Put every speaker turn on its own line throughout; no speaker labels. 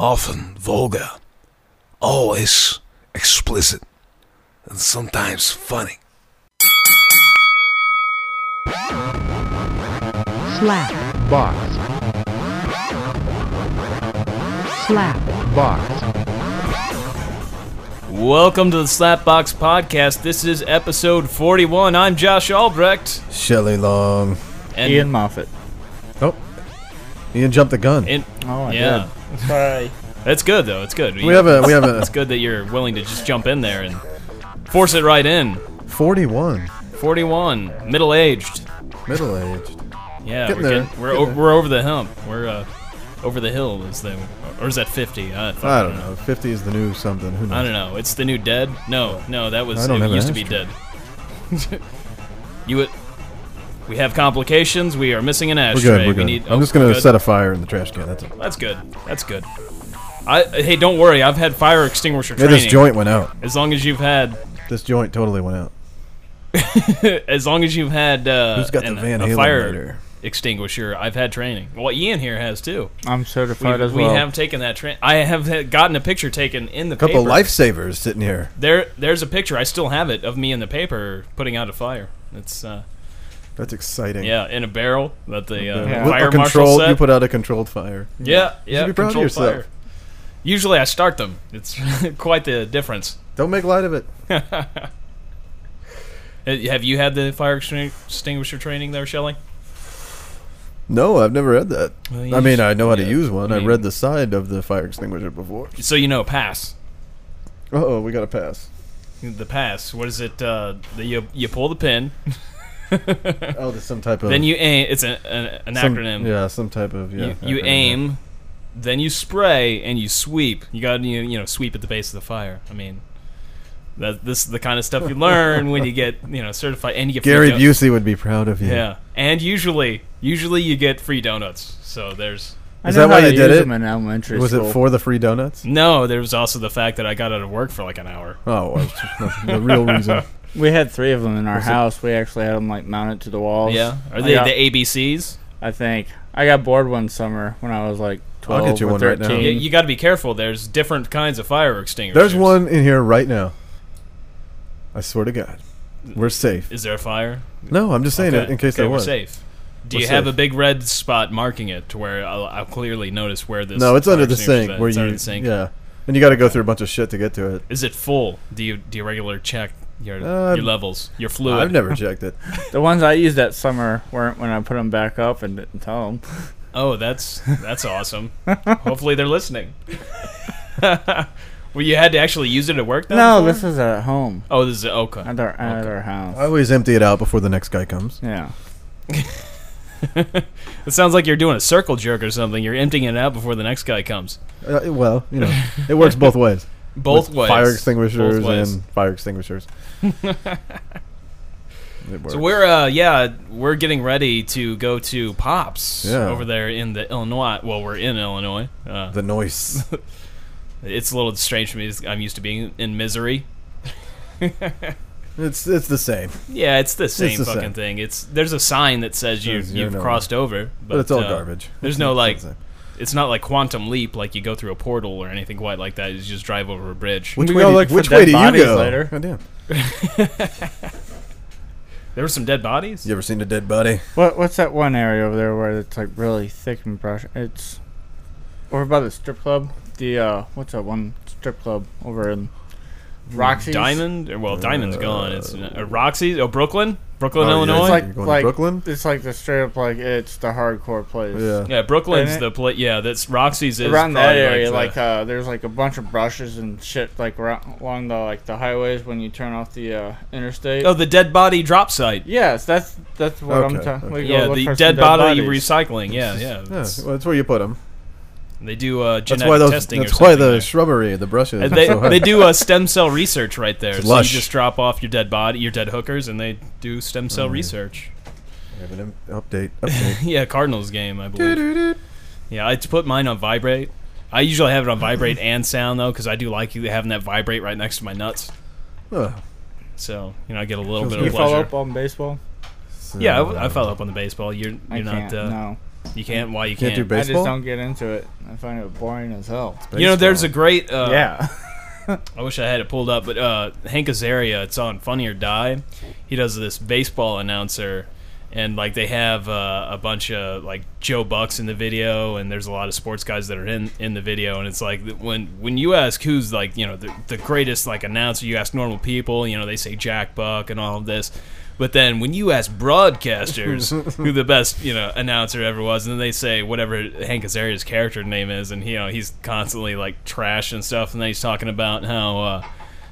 often vulgar, always explicit, and sometimes funny.
slap,
box,
slap,
box.
Welcome to the Slapbox Podcast. This is episode 41. I'm Josh Albrecht.
Shelley Long.
And,
Ian Moffat.
Oh, Ian jumped the gun.
and-
Oh, I
yeah.
Sorry.
That's good, though. It's good.
We have a we have
it's
a
good that you're willing to just jump in there and force it right in.
41
41, middle aged.
middle aged.
Yeah,
Getting
we're,
there.
we're, o- we're over the hump. We're uh, over the hill, is the, or is that 50? I, fucking
I don't know. 50 is the new something. Who
I
knows?
don't know. It's the new dead. No, no, that was
I don't
it
have an
used to be dead. you would. We have complications. We are missing an
We're
ashtray.
good. We're
We
good.
need.
I'm
oh,
just gonna
we're good.
set a fire in the trash can. That's it.
That's good. That's good. I hey, don't worry. I've had fire extinguisher
Yeah,
training.
this joint went out.
as long as you've had,
This joint totally went out.
as long as you've had uh,
Who's got the
an-
Van
a
Halen
fire
lighter?
extinguisher, I've had training. Well, Ian here has too.
I'm certified
We've-
as
we
well.
have taken that train. I have had gotten a picture taken in the
A couple
paper.
lifesavers sitting here.
There, there's a picture. I still have it of me in the paper putting out a fire. It's uh,
That's exciting.
yeah, in a barrel that the uh,
Yeah.
With
fire
a
marshal
controlled,
set.
you put out a controlled fire.
yeah, yeah,
be proud of
controlled
yourself.
fire. Usually, I start them. It's quite the difference.
Don't make light of it.
Uh, Have you had the fire extingu- extinguisher training there, Shelley?
No, I've never had that.
Well, you
I mean,
should-
I know how to
yeah,
use one.
I
I
mean-
read the side of the fire extinguisher before.
So you know, pass
Uh oh, we got to pass.
the pass. What is it? Uh, the, you you pull the pin,
Oh, there's some type of
then you aim. It's a, an, an
some-
acronym.
Yeah, some type of yeah.
you, you
acronym.
aim, then you spray and you sweep. You got to you, you know sweep at the base of the fire. I mean, that this is the kind of stuff you learn when you get you know certified and you get
Gary
free don-
Busey would be proud of you.
Yeah, and usually usually you get free donuts. So there's
I
Is that
know how
why
to
you did
use
it?
them in elementary
Was
school.
it for the free donuts?
no. There was also the fact that I got out of work for like an hour.
Oh, well, that's the real reason.
We had three of them in our
Was it-
house. We actually had them like mounted to the walls.
Yeah, are
I
they
got-
the ABCs?
I think I got bored one summer when I was like
I'll
12
get you
or
one right now.
13.
You, you got to be careful. There's different kinds of fire extinguishers.
There's one in here right now. I swear to God, we're safe.
Is there a fire?
No, I'm just saying it
Okay.
in case
okay,
there
we're
was.
safe. Do
We're
you have
safe.
a big red spot marking it to where I'll, I'll clearly notice where this?
No, it's
fire
under the
extinguisher
sink
is at?
where
It's
you
under the sink.
yeah, and you got to go through a bunch of shit to get to it.
Is it full? Do you do you regular check your
Uh,
your levels, your fluid?
I've never checked it.
The ones I used that summer weren't when I put them back up and didn't tell them.
Oh, that's that's awesome. Hopefully they're listening. well, you had to actually use it at work. Then
No,
before?
this is at home
Oh, this is okay.
at our, at our house.
I always empty it out before the next guy comes.
yeah.
It sounds like you're doing a circle jerk or something. You're emptying it out before the next guy comes.
Uh, well, you know, it works both ways.
Both
With
ways.
Fire extinguishers
Both ways.
and fire extinguishers. It works.
So we're uh yeah we're getting ready to go to Pops
Yeah.
over there in the Illinois. Well, we're in Illinois. Uh,
the noise.
it's a little strange for me. It's- I'm used to being in misery.
it's it's the same,
Yeah, it's the same
the
fucking
same.
thing. It's there's a sign that says you
Says you're
you've
nowhere.
crossed over, but,
but, it's all
uh,
garbage.
There's no like
It's the same.
it's not like quantum leap like you go through a portal or anything quite like that. You just drive over a bridge.
Which
We
way,
go
do,
look for
which
dead
way do you
bodies
go? Oh,
later.
Goddamn.
There were some dead bodies.
You ever seen a dead body?
What what's that one area over there where it's like really thick and brush? It's over by the strip club. The uh, what's that one strip club over in Roxy?
Diamond, or, well, Diamond's gone. It's uh, Roxy's. Oh, Brooklyn, Brooklyn,
Oh, yeah,
Illinois.
It's
You're
like
going to
like
Brooklyn?
It's like the straight up like it's the hardcore place.
Yeah.
yeah, Brooklyn's
Ain't it?
the place. Yeah, that's Roxy's is
Around that
probably,
area,
the-
like, uh, there's like a bunch of brushes and shit like around, along the like the highways when you turn off the uh, interstate.
oh, the dead body drop site.
yes, that's that's what I'm
Okay,
talking.
okay.
Yeah, the dead, body recycling. Yeah, yeah.
Yeah,
It's-
well, that's where you put them.
They do uh,
That's
genetic
why those.
testing.
That's
or
why
something
the
there.
shrubbery, the brushes.
And
are
they,
so high.
they do uh, stem cell research right there. So you
lush.
just drop off your dead body, your dead hookers, and they do stem
Mm.
cell research.
We have an im- update. Update.
Yeah, Cardinals game, I believe. Yeah, I t- put mine on vibrate. I usually have it on vibrate and sound though, because I do like you having that vibrate right next to my nuts.
Oh,
So you know, I get a little
Feels
bit
good.
of
You follow
pleasure.
up on baseball?
so-
Yeah, I, I follow up on the baseball. You're you're
I
not.
can't.
Uh,
no.
You can't. Why you
Can't
can't?
do
I
Baseball?
just don't get into it. I find it boring as hell.
you know, there's a great. Uh,
yeah.
I wish I had it pulled up, but uh, Hank Azaria, it's on Funny or Die. He does this baseball announcer, and like they have uh, a bunch of like Joe Bucks in the video, and there's a lot of sports guys that are in in the video, and it's like th- when when you ask who's like you know the, the greatest like announcer, you ask normal people, you know they say Jack Buck and all of this. But then, when you ask broadcasters who the best, you know, announcer ever was, and then they say whatever Hank Azaria's character name is, and you know he's constantly like trash and stuff, and then he's talking about how uh,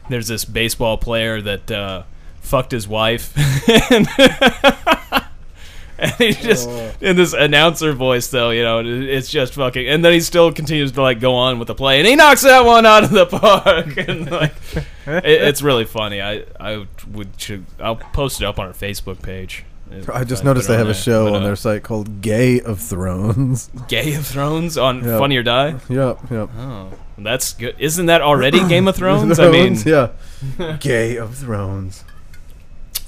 there's this baseball player that uh, fucked his wife, and, and he's just
Oh.
in this announcer voice though, you know, it- it's just fucking, and then he still continues to like go on with the play, and he knocks that one out of the park, and like it, it's really funny. I I would should I'll post it up on our Facebook page.
uh, I just
Put
noticed
it
they
on
have a
there.
show
But,
on
uh,
their site called Gay of Thrones.
Game of Thrones on
Yeah.
Funny or Die.
yep, yep.
Oh, that's good. Isn't that already Game of Thrones? I mean,
Thrones, yeah. Gay of Thrones.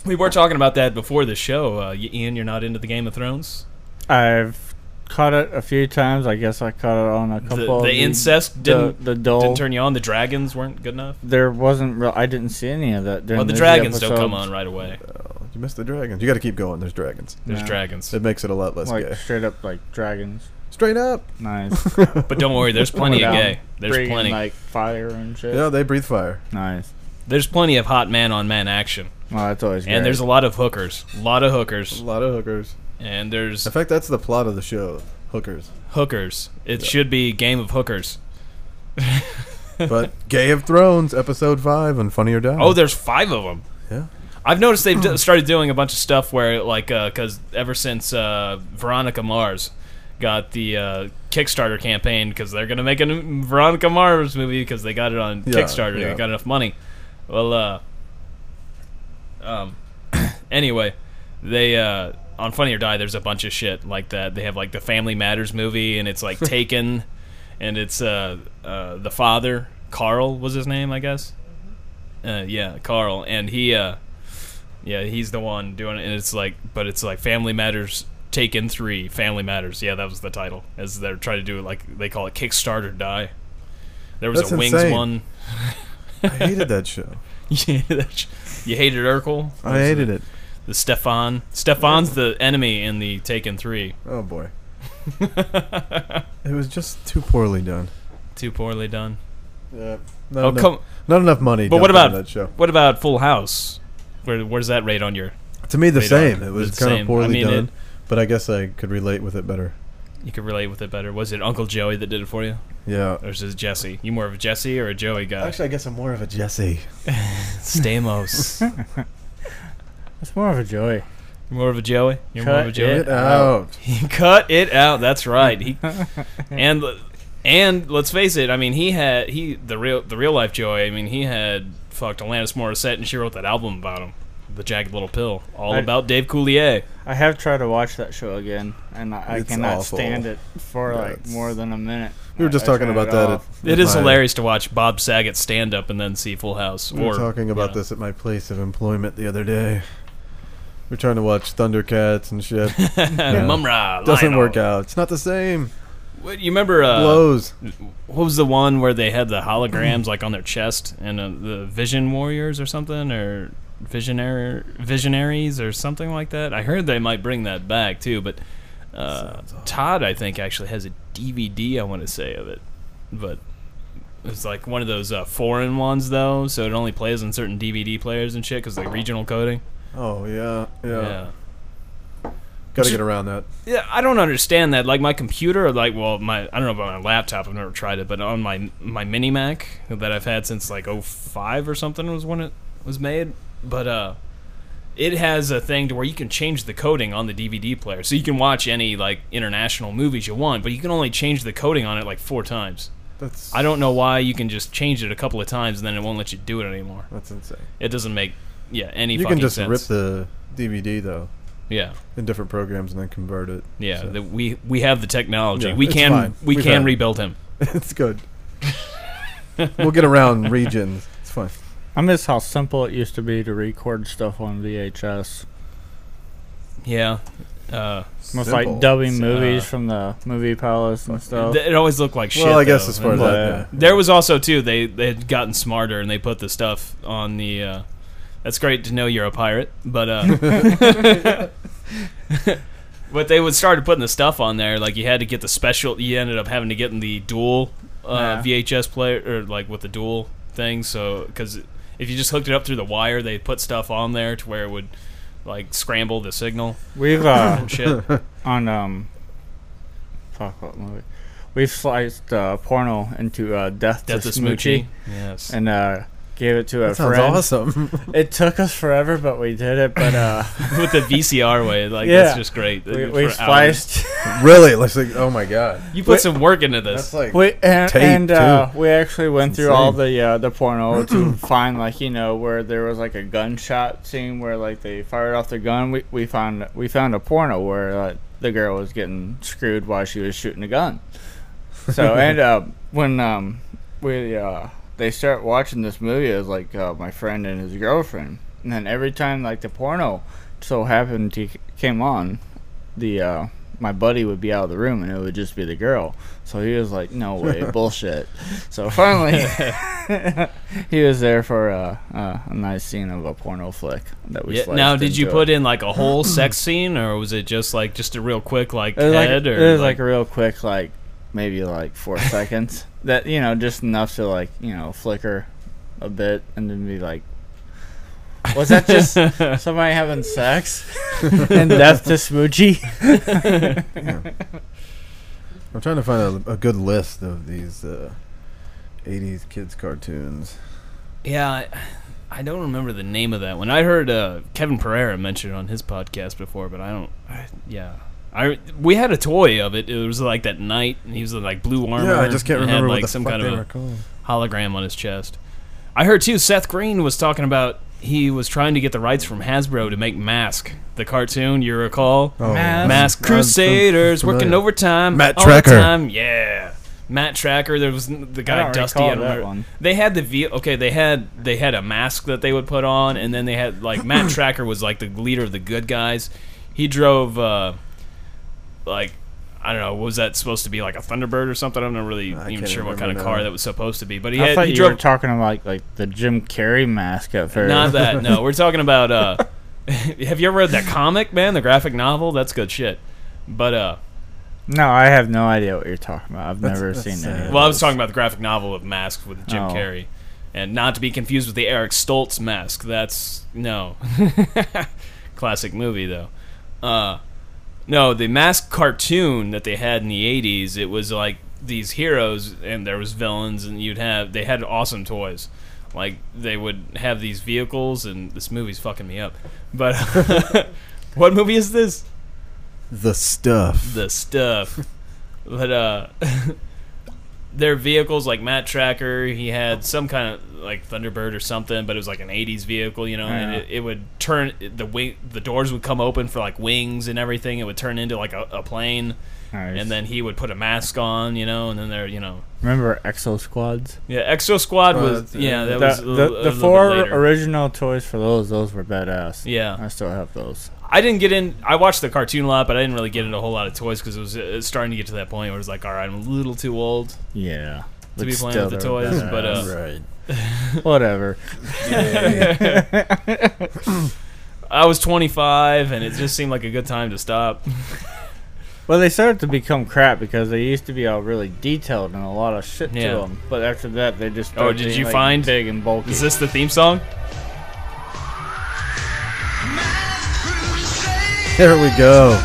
we were talking about that before the show. Uh, y- Ian, you're not into the Game of Thrones.
I've caught it a few times. I guess I caught it on a
The,
couple.
the
of
incest
the-
didn't
the dull.
didn't turn you on. The dragons weren't good enough.
there wasn't real. I didn't see any of that. During
Well, the
those
dragons don't come
episodes.
on right away.
Oh, You missed the dragons. You got to keep going. There's dragons.
There's
No.
dragons,
It makes it a lot less
Like
gay.
straight up like dragons.
Straight up.
Nice.
but don't worry. There's plenty of
Without
gay. There's
Bringing,
plenty.
like fire and shit.
Yeah, they breathe fire.
Nice.
There's plenty of hot man on man action,
Well, that's always great.
and there's a lot of hookers. A lot of
A
hookers,
lot of hookers.
and there's
In fact, that's the plot of the show. Hookers.
hookers. It should be Game of Hookers.
But Gay of Thrones, episode five on Funny or Die.
Oh, there's five of them.
Yeah.
I've noticed they've
Hmm.
d- started doing a bunch of stuff where, like, because ever since uh, Veronica Mars got the uh, Kickstarter campaign, because they're gonna make a new Veronica Mars movie because they got it on
Yeah,
Kickstarter,
yeah.
they got enough money. Well, uh, um, anyway, they uh, on Funny or Die, there's a bunch of shit like that. They have like the Family Matters movie, and it's like Taken, and it's uh, uh, the father Carl was his name, I guess. Uh, yeah, Carl, and he, uh, yeah, he's the one doing it, and it's like, but it's like Family Matters Taken Three, Family Matters. Yeah, that was the title. As they're trying to do it, like they call it Kickstarter Die. There was
That's
a Wings
insane.
one.
I hated that show.
Yeah, that's- you hated Urkel.
I hated it.
The Stefan. Stefan's the enemy in the Taken Three.
Oh boy. it was just too poorly done.
Too poorly done.
Yeah.
oh come.
Not enough money.
But what
dumped into
about-
that show?
What about Full House? Where where does that rate on your?
To me, the
Radar.
same. It was
It's
kind
same.
of poorly
I mean,
done,
it-
but I guess I could relate with it better.
You could relate with it better. Was it Uncle Joey that did it for you,
Yeah.
or is it Jesse? You more of a Jesse or a Joey guy?
Actually, I guess I'm more of a Jesse.
Stamos.
It's more of a joy.
you more of a Joey. You're more of a
Cut
Joey.
Get out.
He cut it out. That's right. He and and let's face it. I mean, he had he the real the real life Joey. I mean, he had fucked Alanis Morissette, and she wrote that album about him, the Jagged Little Pill, all
I-
about Dave Coulier.
I have tried to watch that show again, and I, I
It's
cannot
awful.
stand it for
Yeah,
like
it's-
more than a minute.
We were
I-
just
I
talking
turned
about that. At,
off.
It
at
is
my-
hilarious to watch Bob Saget stand up and then see Full House.
We were
or,
talking
you
about
know.
this at my place of employment the other day. We are trying to watch Thundercats and shit.
Mumra
Doesn't
Lionel.
work out. It's not the same.
What, you remember uh,
Blows.
what was the one where they had the holograms like on their chest and uh, the vision warriors or something or visionary visionaries or something like that i heard they might bring that back too but uh, todd i think actually has a dvd i want to say of it but it's like one of those uh, foreign ones though so it only plays on certain dvd players and shit because like regional coding
Oh yeah, yeah.
yeah
Got to get around that.
Yeah, I don't understand that. Like my computer, like well, my I don't know about my laptop. I've never tried it, but on my my mini Mac that I've had since like 05 or something was when it was made. But uh, it has a thing to where you can change the coding on the DVD player, so you can watch any like international movies you want, but you can only change the coding on it like four times.
That's
I don't know why you can just change it a couple of times and then it won't let you do it anymore.
That's insane.
It doesn't make yeah any.
You
fucking
can just
sense.
rip the DVD though
yeah.
in different programs and then convert it.
Yeah,
So,
the, we we have the technology.
Yeah,
we
it's
can
fine.
we
We've
can
had it.
rebuild him.
it's good. we'll get around regions. It's fine.
I miss how simple it used to be to record stuff on VHS.
Yeah, Uh,
Most
Simple.
like dubbing
So,
movies
uh,
from the movie palace and stuff.
th- it always looked like shit.
Well, I guess
though.
as far as
Well,
that, yeah.
There was also too they they had gotten smarter and they put the stuff on the. Uh, that's great to know you're a pirate, but uh, but they would started putting the stuff on there. Like you had to get the special. You ended up having to get in the dual uh,
Yeah.
VHS player or like with the dual thing. So because if you just hooked it up through the wire, they put stuff on there to where it would like scramble the signal
We've uh,
and shit.
on um, fuck what movie? We've sliced uh, porno into uh, death,
Death
to
to
smoochie,
Smoochie. Yes.
and uh, gave it to a
That sounds
friend.
awesome.
It took us forever, but we did it. But uh,
with the VCR way, like
Yeah.
that's just great.
we,
For
we
hours.
spliced.
really? Like, like, oh my god.
You put some work into this.
That's like
We and,
Tape,
and uh,
too.
we actually went
It's
through all the uh, the porno to find like you know where there was like a gunshot scene where like they fired off the gun. We we found we found a porno where like, the girl was getting screwed while she was shooting a gun. So and uh, when um we uh they start watching this movie, it was like uh, my friend and his girlfriend, and then every time like the porno so happened to came on, the uh, my buddy would be out of the room and it would just be the girl. So he was like, "No way, bullshit." So finally, he was there for uh, uh, a nice scene of a porno flick that we.
Yeah,
sliced
now, did you
into
put
it.
in like a whole sex scene, or was it just like just a real quick like
It was like,
head,
it
or
was like, real quick, like maybe like four seconds. That you know, just enough to like you know flicker a bit and then be like. Was that just somebody having sex and death to Smoochie?
I'm trying to find a, a good list of these uh, 80s kids cartoons.
yeah? I, I don't remember the name of that one. I heard uh, Kevin Pereira mention it on his podcast before, but I don't. I, yeah. I, we had a toy of it. It was like that knight, and he was in like blue armor.
yeah, I just can't
and had,
remember
like
what the
some
fuck
kind
they
of a
were called.
hologram on his chest. I heard too. Seth Green was talking about he was trying to get the rights from Hasbro to make Mask, the cartoon. You recall?
Oh.
Mask.
Mask
Sounds- sounds
Crusaders working
familiar.
overtime.
Matt
all the
Tracker.
time. Yeah. Matt Tracker. There was n- the guy
don't
Dusty.
recall
I don't
that
remember.
one.
They had the V. Okay, they had they had a mask that they would put on, and then they had like Matt Tracker was like the leader of the good guys. He drove uh, like. I don't know. Was that supposed to be like a Thunderbird or something? I'm not really
I
even
can't
sure what kind
remember
of
now.
car that was supposed to be. But he
I
had
thought
he
you
drove
were talking about like, like the Jim Carrey mask at first.
Not that. No, we're talking about. Uh, have you ever read that comic, man? The graphic novel. That's good shit. But uh,
no, I have no idea what you're talking about. I've
That's-
never
that's
seen
sad.
any.
well, I was talking about the graphic novel of Mask with Jim
Oh.
Carrey, and not to be confused with the Eric Stoltz Mask. That's no classic movie though. Uh, no, the Mask cartoon that they had in the '80s. It was like these heroes, and there was villains, and you'd have they had awesome toys. Like they would have these vehicles, and this movie's fucking me up. But what movie is this?
The Stuff.
the stuff. but uh their vehicles like Matt Tracker, he had some kind of like Thunderbird or something, but it was like an 80s vehicle, you know, and
Yeah.
it, it would turn the wing the doors would come open for like wings and everything. It would turn into like a, a plane
Nice.
and then he would put a mask on, you know, and then there, you know.
remember Exo Squads?
Yeah, Exo Squad
Oh,
was
that's-
yeah, that
uh, The,
was a little-
the,
a
the
little bit
four
later.
original toys for those those were badass.
Yeah.
I still have those.
I didn't get in. I watched the cartoon a lot, but I didn't really get into a whole lot of toys because it was uh, starting to get to that point where it was like, all right, I'm a little too old.
Yeah.
To be playing
still
with the
they were
toys, but, uh,
badass.
right.
whatever.
I was 25, and it just seemed like a good time to stop.
Well, they started to become crap because they used to be all really detailed and a lot of shit to 'em.
Yeah.
to them. But after that, they just
Oh,
started
did
being,
you
like,
find-
big and bulky?
Is this the theme song?
There we go.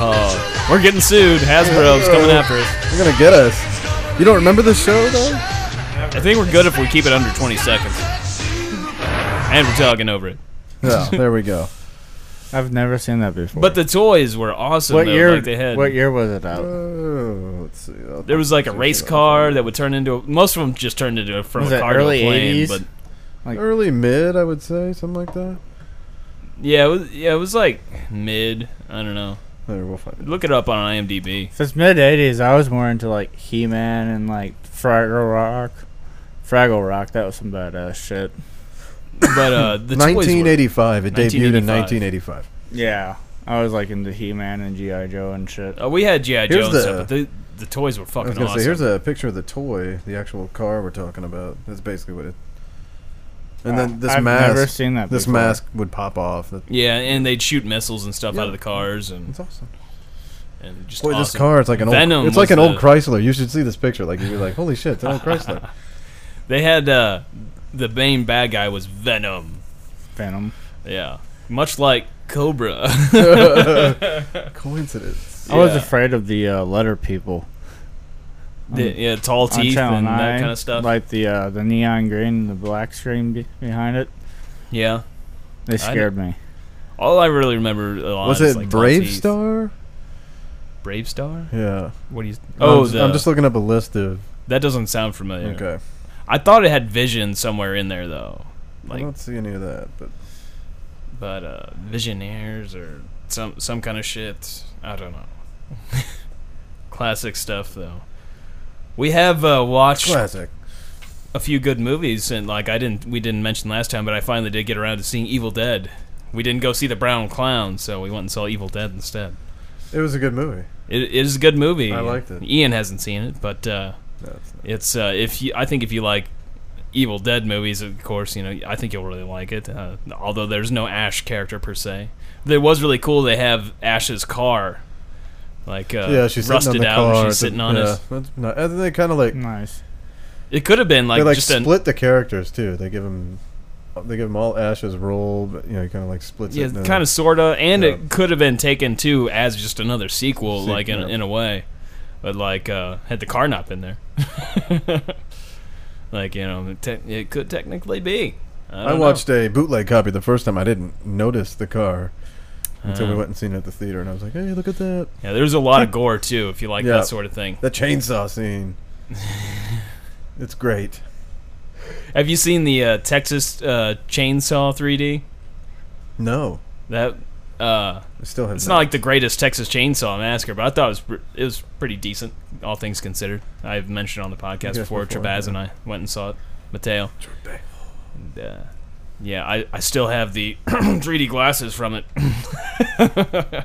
Oh, we're getting sued. Hasbro's coming after us.
They're gonna get us. You don't remember the show though?
I think we're good if we keep it under 20 seconds. And we're talking over it.
No. there we go.
I've never seen that before.
But the toys were awesome.
what
though,
year?
Like they had.
What year was it out?
Oh, let's see. I'll-
There was like a race car that would turn into. A, most of them just turned into a, from
Was
a
that
car
early
to a plane.
80s?
But
early mid, I would say, something like that.
yeah, it was, yeah, it was like mid. I don't know.
There, we'll find it.
Look it up on IMDb.
Since mid '80s, I was more into like He-Man and like Fraggle Rock, Fraggle Rock. That was some badass shit.
But uh, the toys were,
1985. It debuted in 1985.
Yeah, I was like into He Man and GI Joe and shit.
uh, we had GI Joe
Here's
and
the-
stuff, but the the toys were
I was
fucking
gonna
awesome.
say, here's a picture of the toy, the actual car we're talking about. That's basically what it. And then this
Uh, I've
mask,
never seen that.
this
before.
mask would pop off. That-
yeah, and they'd shoot missiles and stuff
Yeah.
out of the cars and,
It's awesome.
and just
Boy, this
awesome.
car, it's like an
Venom
old, it's
was
like an old
the-
Chrysler. You should see this picture. Like you'd be like, holy shit, it's an old Chrysler.
They had uh, the main bad guy was Venom.
Venom.
Yeah, much like Cobra.
Coincidence.
I was
Yeah.
afraid of the uh, letter people.
The- yeah, tall
on
teeth
Channel
and that
9,
kind of stuff.
Like the uh, the neon green and the black screen be- behind it.
yeah,
They scared me.
all I really remember a lot
Was
is,
it
Oh, like, tall
Brave
teeth.
Star?
Brave Star?
Yeah.
What do you? Oh,
I'm just, I'm
the-
just looking up a list of.
that doesn't sound familiar.
Okay.
I thought it had Vision somewhere in there though,
I
like
don't see any of that, but
but uh, Visionaires or some some kind of shit. I don't know. Classic stuff though. We have uh, watched
classic.
a few good movies, and like I didn't, we didn't mention last time, but I finally did get around to seeing Evil Dead. We didn't go see the Brown Clown, so we went and saw Evil Dead instead.
It was a good movie.
It, it is a good movie.
I liked it.
Ian hasn't seen it, but uh,
No, it's not.
it's uh, if you, I think if you like Evil Dead movies, of course, you know I think you'll really like it. Uh, although there's no Ash character per se, but it was really cool. They have Ash's car, like uh,
yeah, she's
rusted
sitting on the
out.
car.
and
at the-
she's sitting on
yeah,
it.
That's not, and then they kind of like,
Nice.
It could have been like,
they like
just
split the characters too. They give them, they give them all Ash's role, but you know, he kind of like splits
yeah,
it. and
kind
then-
of, sorta, and
Yeah.
it could have been taken too as just another sequel,
Se-
like in,
yeah.
in a way, but like uh, had the car not been there, like you know, it, te- it could technically be. I,
I,
don't know.
watched a bootleg copy the first time. I didn't notice the car until we
Uh,
went and seen it at the theater, and I was like, "Hey, look at that!
Yeah, there's a lot of gore too, if you like
Hmm. Yeah.
that sort of thing.
The chainsaw scene. it's great.
Have you seen the uh, Texas uh, Chainsaw 3D?
No,
That uh,
I still have.
it's not like the greatest Texas Chainsaw Massacre, but I thought it was pr- it was pretty decent, all things considered. I've mentioned on the podcast
Yes,
before.
before,
Trebaz
yeah.
and I went and saw it. Mateo.
Trebaz.
And, uh, yeah, I, I still have the 3D glasses from it.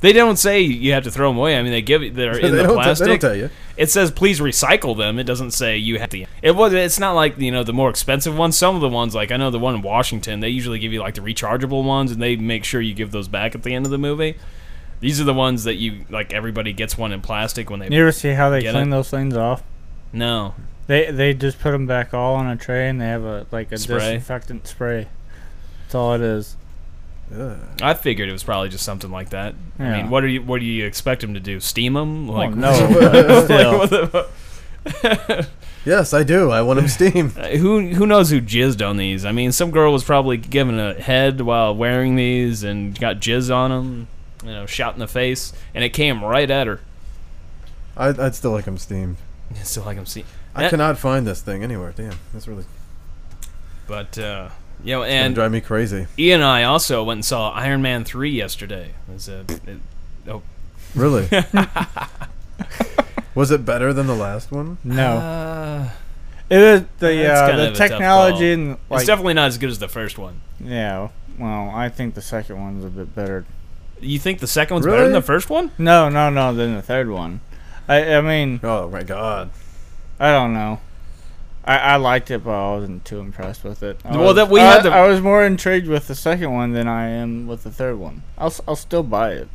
they don't say you have to throw them away. I mean, they give it- they're
they,
in the
don't
plastic.
they don't tell you.
It says please recycle them. It doesn't say you have to. It was. It's not like you know the more expensive ones. Some of the ones like I know the one in Washington, they usually give you like the rechargeable ones, and they make sure you give those back at the end of the movie. These are the ones that you like. Everybody gets one in plastic when they.
You ever see how they
Get
clean
it?
those things off?
No,
They they just put them back all on a tray and they have a like a
Spray.
disinfectant spray. That's all it is.
Ugh.
I figured it was probably just something like that. I
Yeah.
mean, what are you? What do you expect them to do? Steam them? Like
oh, no, but
like,
still.
what the fu-
Yes, I do. I want him steam.
Uh, who who knows who jizzed on these? I mean, some girl was probably given a head while wearing these and got jizz on them, you know, shot in the face, and it came right at her.
I, I'd still like him steamed.
Still like I'm seeing,
I
That-
cannot find this thing anywhere. Damn, that's really
but uh, you know,
and
and
drive me crazy.
Ian and I also went and saw Iron Man three yesterday. It was a, it-
Really? Was it better than the last one?
No,
uh,
it is the
That's
uh,
kind
the
of a tough
technology
call.
and like
it's definitely not as good as the first one.
yeah. Well, I think the second one's a bit better.
You think the second one's better than
Really?
the first one?
No, no, no. Then the third one. I I mean
Oh my god.
I don't know. I, I liked it, but I wasn't too impressed with it. I
Well,
was-
that we
I-
had the-
I was more intrigued with the second one than I am with the third one. I'll, s- I'll still buy it.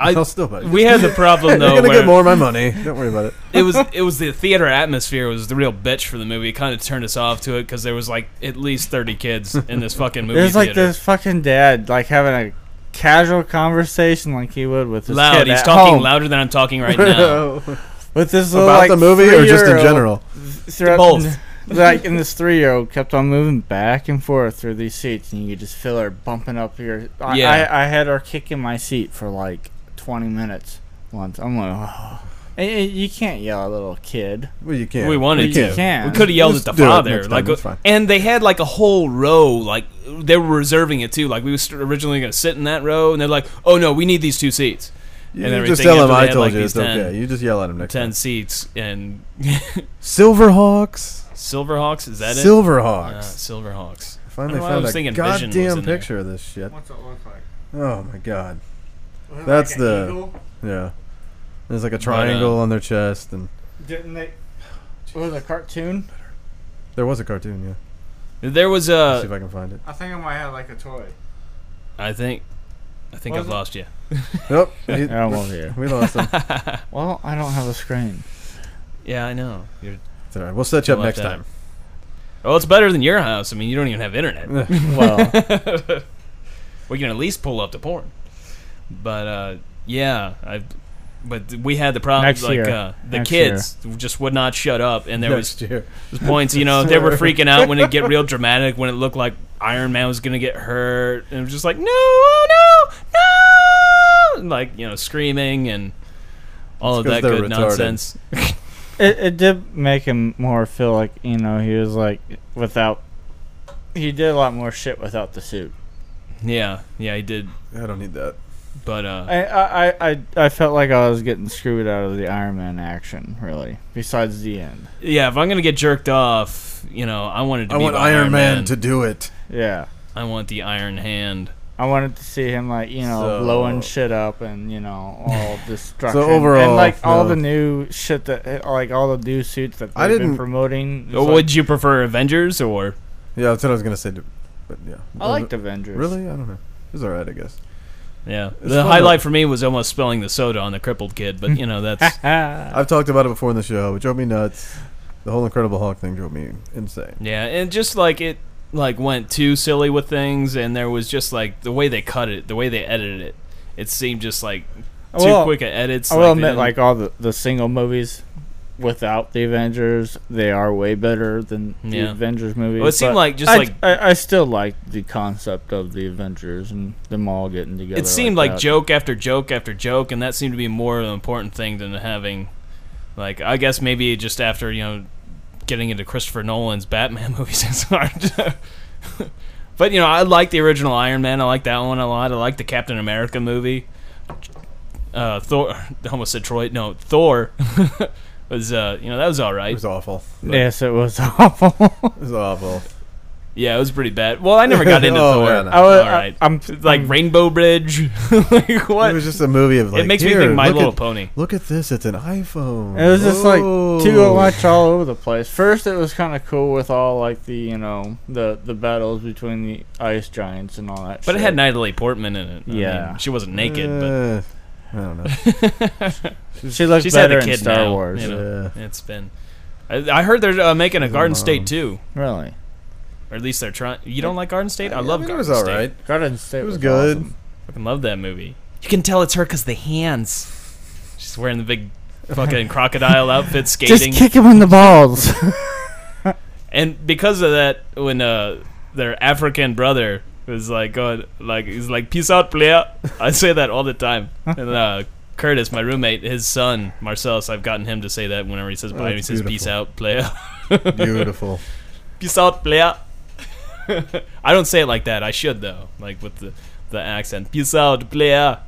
I,
I
will still buy it.
we had the problem
You're
though
gonna
where
get more of my money. Don't worry about it.
it was it was the theater atmosphere was the real bitch for the movie. It kind of turned us off to it because there was like at least thirty kids in this fucking movie
There's like
theater.
this fucking dad, like having a casual conversation, like he would with his
loud.
kid
He's
at
talking
home.
louder than I'm talking right now.
with this little,
About
like,
the movie or just in
three-year-old
general?
throughout-
Both.
like and this three year old kept on moving back and forth through these seats, and you could just feel her bumping up your. I,
Yeah.
I, I had her kicking my seat for like twenty minutes once. I'm like, oh. And- and you can't yell at a little kid.
Well, you can't.
We
You
wanted to.
can.
We could have yelled
Just
at
do
the
it
father.
next time,
like, uh,
it's fine.
and they had like a whole row. Like they were reserving it too. Like we was originally going to sit in that row, and they're like, "Oh no, we need these two seats."
You
and
just
everything
tell him
after they
I
had,
told
like,
you
these
it's
10
okay. You just yell at him next
Ten
time.
seats, and
Silverhawks.
Silverhawks is that it? Uh,
Silverhawks.
Silverhawks.
I
I don't
finally
know why I
found
was
a
thinking Vision was
goddamn
in there.
picture of this shit.
What's it look like?
Oh my god. That's like an the- Yeah. There's
uh,
like a triangle on their chest, and
Didn't they? What was it, a cartoon?
there was a cartoon. Yeah.
There was
Let's see
a.
if I can find it.
I think I might have like a toy.
I think. I think
What
I've
was it?
lost you.
Nope.
Yeah, I'm over here.
we lost him.
Well, I don't have a screen.
Yeah, I know. You're
It's all right. We'll set you up
left
next
out.
time.
Well, it's better than your house. I mean, you don't even have internet.
Well,
we can at least pull up the porn. But uh, yeah, I. But we had the problem
Next
like
year.
uh, the
Next
kids just would not shut up, and there was
next year.
There's points, you know, they were freaking out when it get real dramatic, when it looked like Iron Man was gonna get hurt, and it was just like, no, oh, no, no, and like you know, screaming and all of
It's
that
'cause they're
good
retarded.
nonsense.
it, it did make him more feel like you know he was like without. He did a lot more shit without the suit.
Yeah, yeah, he did,
I don't need that.
but uh,
I I, I- I I felt like I was getting screwed out of the Iron Man action. Really, besides the end.
yeah, if I'm gonna get jerked off, you know, I wanted to.
I
be
want
the
Iron Man, to do it.
Yeah,
I want the Iron Hand.
I wanted to see him like you know
So-
blowing shit up and you know all destruction.
overall,
and like all
no.
the new shit that eh, like all the new suits that they've
I
been
didn't- Oh,
promoting. it's like-
Would you prefer Avengers or?
Yeah, that's what I was gonna say. to- But yeah,
I liked Avengers.
Really, I don't know. It was alright, I guess.
Yeah,
It's
the
fun
highlight for me was almost spilling the soda on the crippled kid, but you know that's
Ah.
I've talked about it before in the show. It drove me nuts. The whole Incredible Hulk thing drove me insane.
Yeah, and just like it like went too silly with things and there was just like the way they cut it, the way they edited it, it seemed just like too
Well,
quick at edits.
I will
they
admit,
didn't-
like all the, the single movies without the Avengers, they are way better than
Yeah.
the Avengers movies.
Well, it seemed
but
like just
I,
like
I, I still like the concept of the Avengers and them all getting together.
it seemed like,
that.
joke after joke after joke and that seemed to be more of an important thing than having like I guess maybe just after, you know, getting into Christopher Nolan's Batman movies it's hard to But you know, I like the original Iron Man. I like that one a lot. I like the Captain America movie. Uh, Thor, I almost said Troy. No, Thor was uh, you know that was all
It
right.
was awful.
Yes, it was awful.
It was awful.
Yeah, it was pretty bad. Well, I never got into
Oh,
Thor.
yeah, no.
I was,
all right,
I, am
like Rainbow Bridge. like
It
what?
was just a movie of like.
it makes me
"Here,
think My
look
Little
at-
Pony.
Look at this. It's an iPhone.
It was just like too
Whoa.
much all over the place. First, it was kind of cool with all like the you know the the battles between the ice giants and all that.
But
shit.
it had Natalie Portman in it. I
Yeah.
mean, she wasn't naked,
Uh, I don't know.
She looks
She's had
better
a
in
kid
Star
now,
Wars.
you know.
Yeah.
but it's been. I, I heard they're uh, making a
a
Garden
lot of
State
them.
too,
Really,
or at least they're trying. You don't like Garden State? I,
mean,
love
It
Garden
was
State.
alright.
Garden State
It was
was
good.
awesome.
Fucking love that movie. You can tell it's her because the hands. She's wearing the big fucking crocodile outfit skating.
Just kick him in the balls.
and because of that, when uh, their African brother was like going, like, he's like, peace out, player. I say that all the time. And uh, Curtis, my roommate, his son, Marcellus, I've gotten him to say that whenever he says
Oh,
bye, he
that's
says, peace
beautiful.
out, player.
Beautiful.
peace out, player. I don't say it like that. I should, though, like with the, the accent. Peace out, player.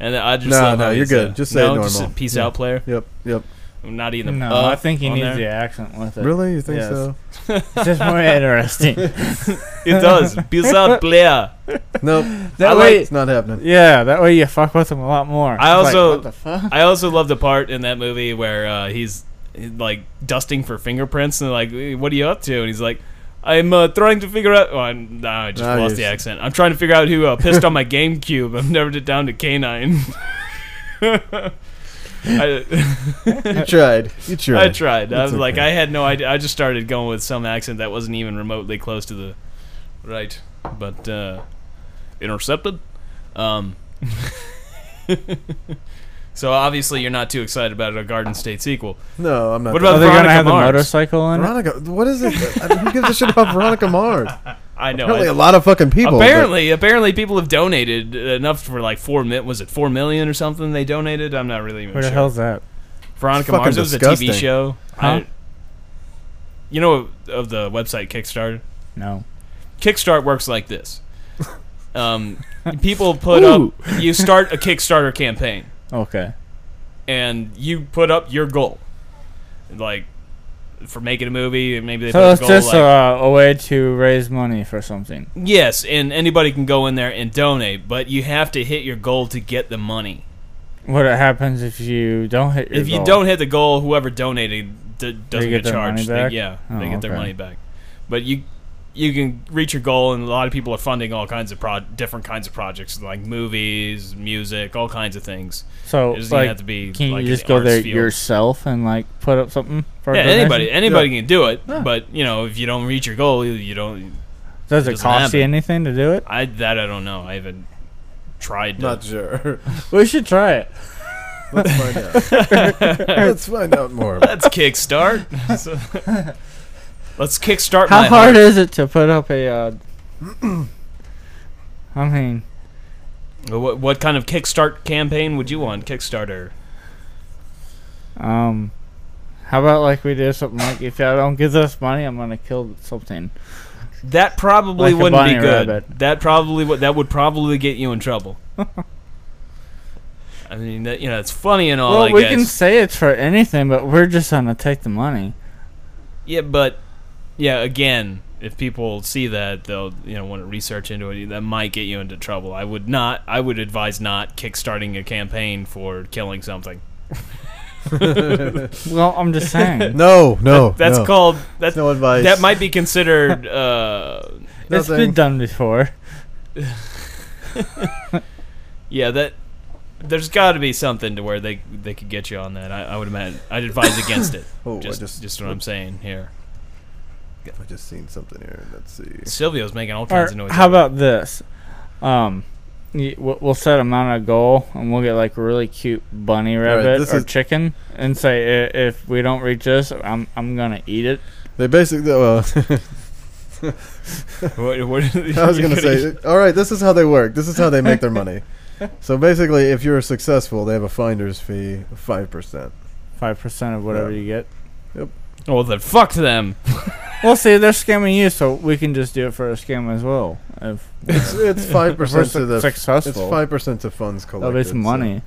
And I just
No,
love
no,
how he
you're
said-
good. Just say it
no,
normal.
peace
Yeah.
out, player.
Yep. Yep.
I'm not even.
no,
uh,
I think he
on
needs
there.
the accent with it.
Really? You think
Yes.
so?
It's just more interesting.
It does. Peace out, player.
Nope.
That
I like-
way,
It's not happening.
yeah, that way you fuck with him a lot more.
I
It's like,
also-
what the fuck?
I also love the part in that movie where uh, he's like dusting for fingerprints and like, "Hey, "What are you up to?" And he's like, "I'm uh, trying to figure out." Oh, I'm, nah, I just
Nah,
lost
you
the
s-
accent. I'm trying to figure out who uh, pissed on my GameCube. I've never down to canine. I,
You tried. You
I
tried.
tried. I
It's
was like,
okay.
I had no idea. I just started going with some accent that wasn't even remotely close to the right, but uh, intercepted. Um, so obviously, you're not too excited about a Garden State sequel.
No, I'm not.
What
that-
Are
about
they
Veronica
gonna have
Mars?
the motorcycle in it?
Veronica? What is it? Who gives a shit about Veronica Mars?
I know.
Apparently,
I-
a lot of fucking people. but-
apparently, apparently, people have donated enough for like four mil. Was it four million or something? They donated. I'm not really even
Where the
sure.
hell's that?
Veronica
It's fucking
Mars it was a
disgusting.
TV show.
Huh?
I- you know of the website Kickstarter.
No.
Kickstart works like this. Um, people put
Ooh.
up. You start a Kickstarter campaign,
Okay.
and you put up your goal. Like, for making a movie. Maybe they
So
put a
it's
goal
just
like,
uh, a way to raise money for something.
yes, and anybody can go in there and donate, but you have to hit your goal to get the money.
What happens if you don't hit your
if you
goal?
don't hit the goal, whoever donated d- doesn't
get
get,
their money
charged. They-
back?
yeah,
Oh,
they get their
okay.
money back. But you you can reach your goal, and a lot of people are funding all kinds of pro- different kinds of projects, like movies, music, all kinds of things.
so
it doesn't even
like,
have to be
can
like in
you just
the
go
arts
there
field.
yourself and like put up something for a
Yeah,
donation?
anybody anybody can do it, but you know if you don't reach your goal, you, you don't.
Does it
Doesn't
cost
happen.
you anything to do it?
I that I don't know. I haven't tried. To,
Not sure.
We should try it.
Let's find out. Let's find out more. About
let's kickstart. So- let's kickstart.
How
my
hard
heart.
is it to put up a? Uh, I mean,
What, what kind of kickstart campaign would you want? Kickstarter.
um, how about like we do something like if I don't give this money, I'm gonna kill something.
That probably
Like a
wouldn't be
bunny
good.
rabbit.
That probably would that would probably get you in trouble. I mean, that, you know, it's funny and all.
well,
I
we
guess.
can say it's for anything, but we're just gonna take the money.
Yeah, but yeah, again, if people see that, they'll you know want to research into it. That might get you into trouble. I would not. I would advise not kickstarting a campaign for killing something.
Well, I'm just saying.
no, no.
That's
no.
called that.
No advice.
That might be considered. Uh,
it's
Nothing.
been done before.
yeah, that. There's got to be something to where they they could get you on that. I, I would imagine. I'd advise against it.
Oh, I
just,
just-
just what I'm saying here.
I just seen something here. Let's see.
Silvio's making all
Or
kinds of noise.
how
over there.
about this? Um, y- we'll we'll set them on a goal, and we'll get like a really cute bunny
right,
rabbit
this
or
is-
chicken, and say "I- if we don't reach this, I'm I'm gonna eat it.
They basically. Well,
What, what,
I was gonna say. All right, this is how they work. This is how they make their money. So basically, if you're successful, they have a finder's fee, of five percent.
Five percent of whatever
Yeah.
you get.
Well, then fuck them.
Well, see, they're scamming you, so we can just do it for a scam as well. If
It's it's five percent to the.
successful,
Oh, It's five percent to funds
That'll
collected.
be some
so-
money.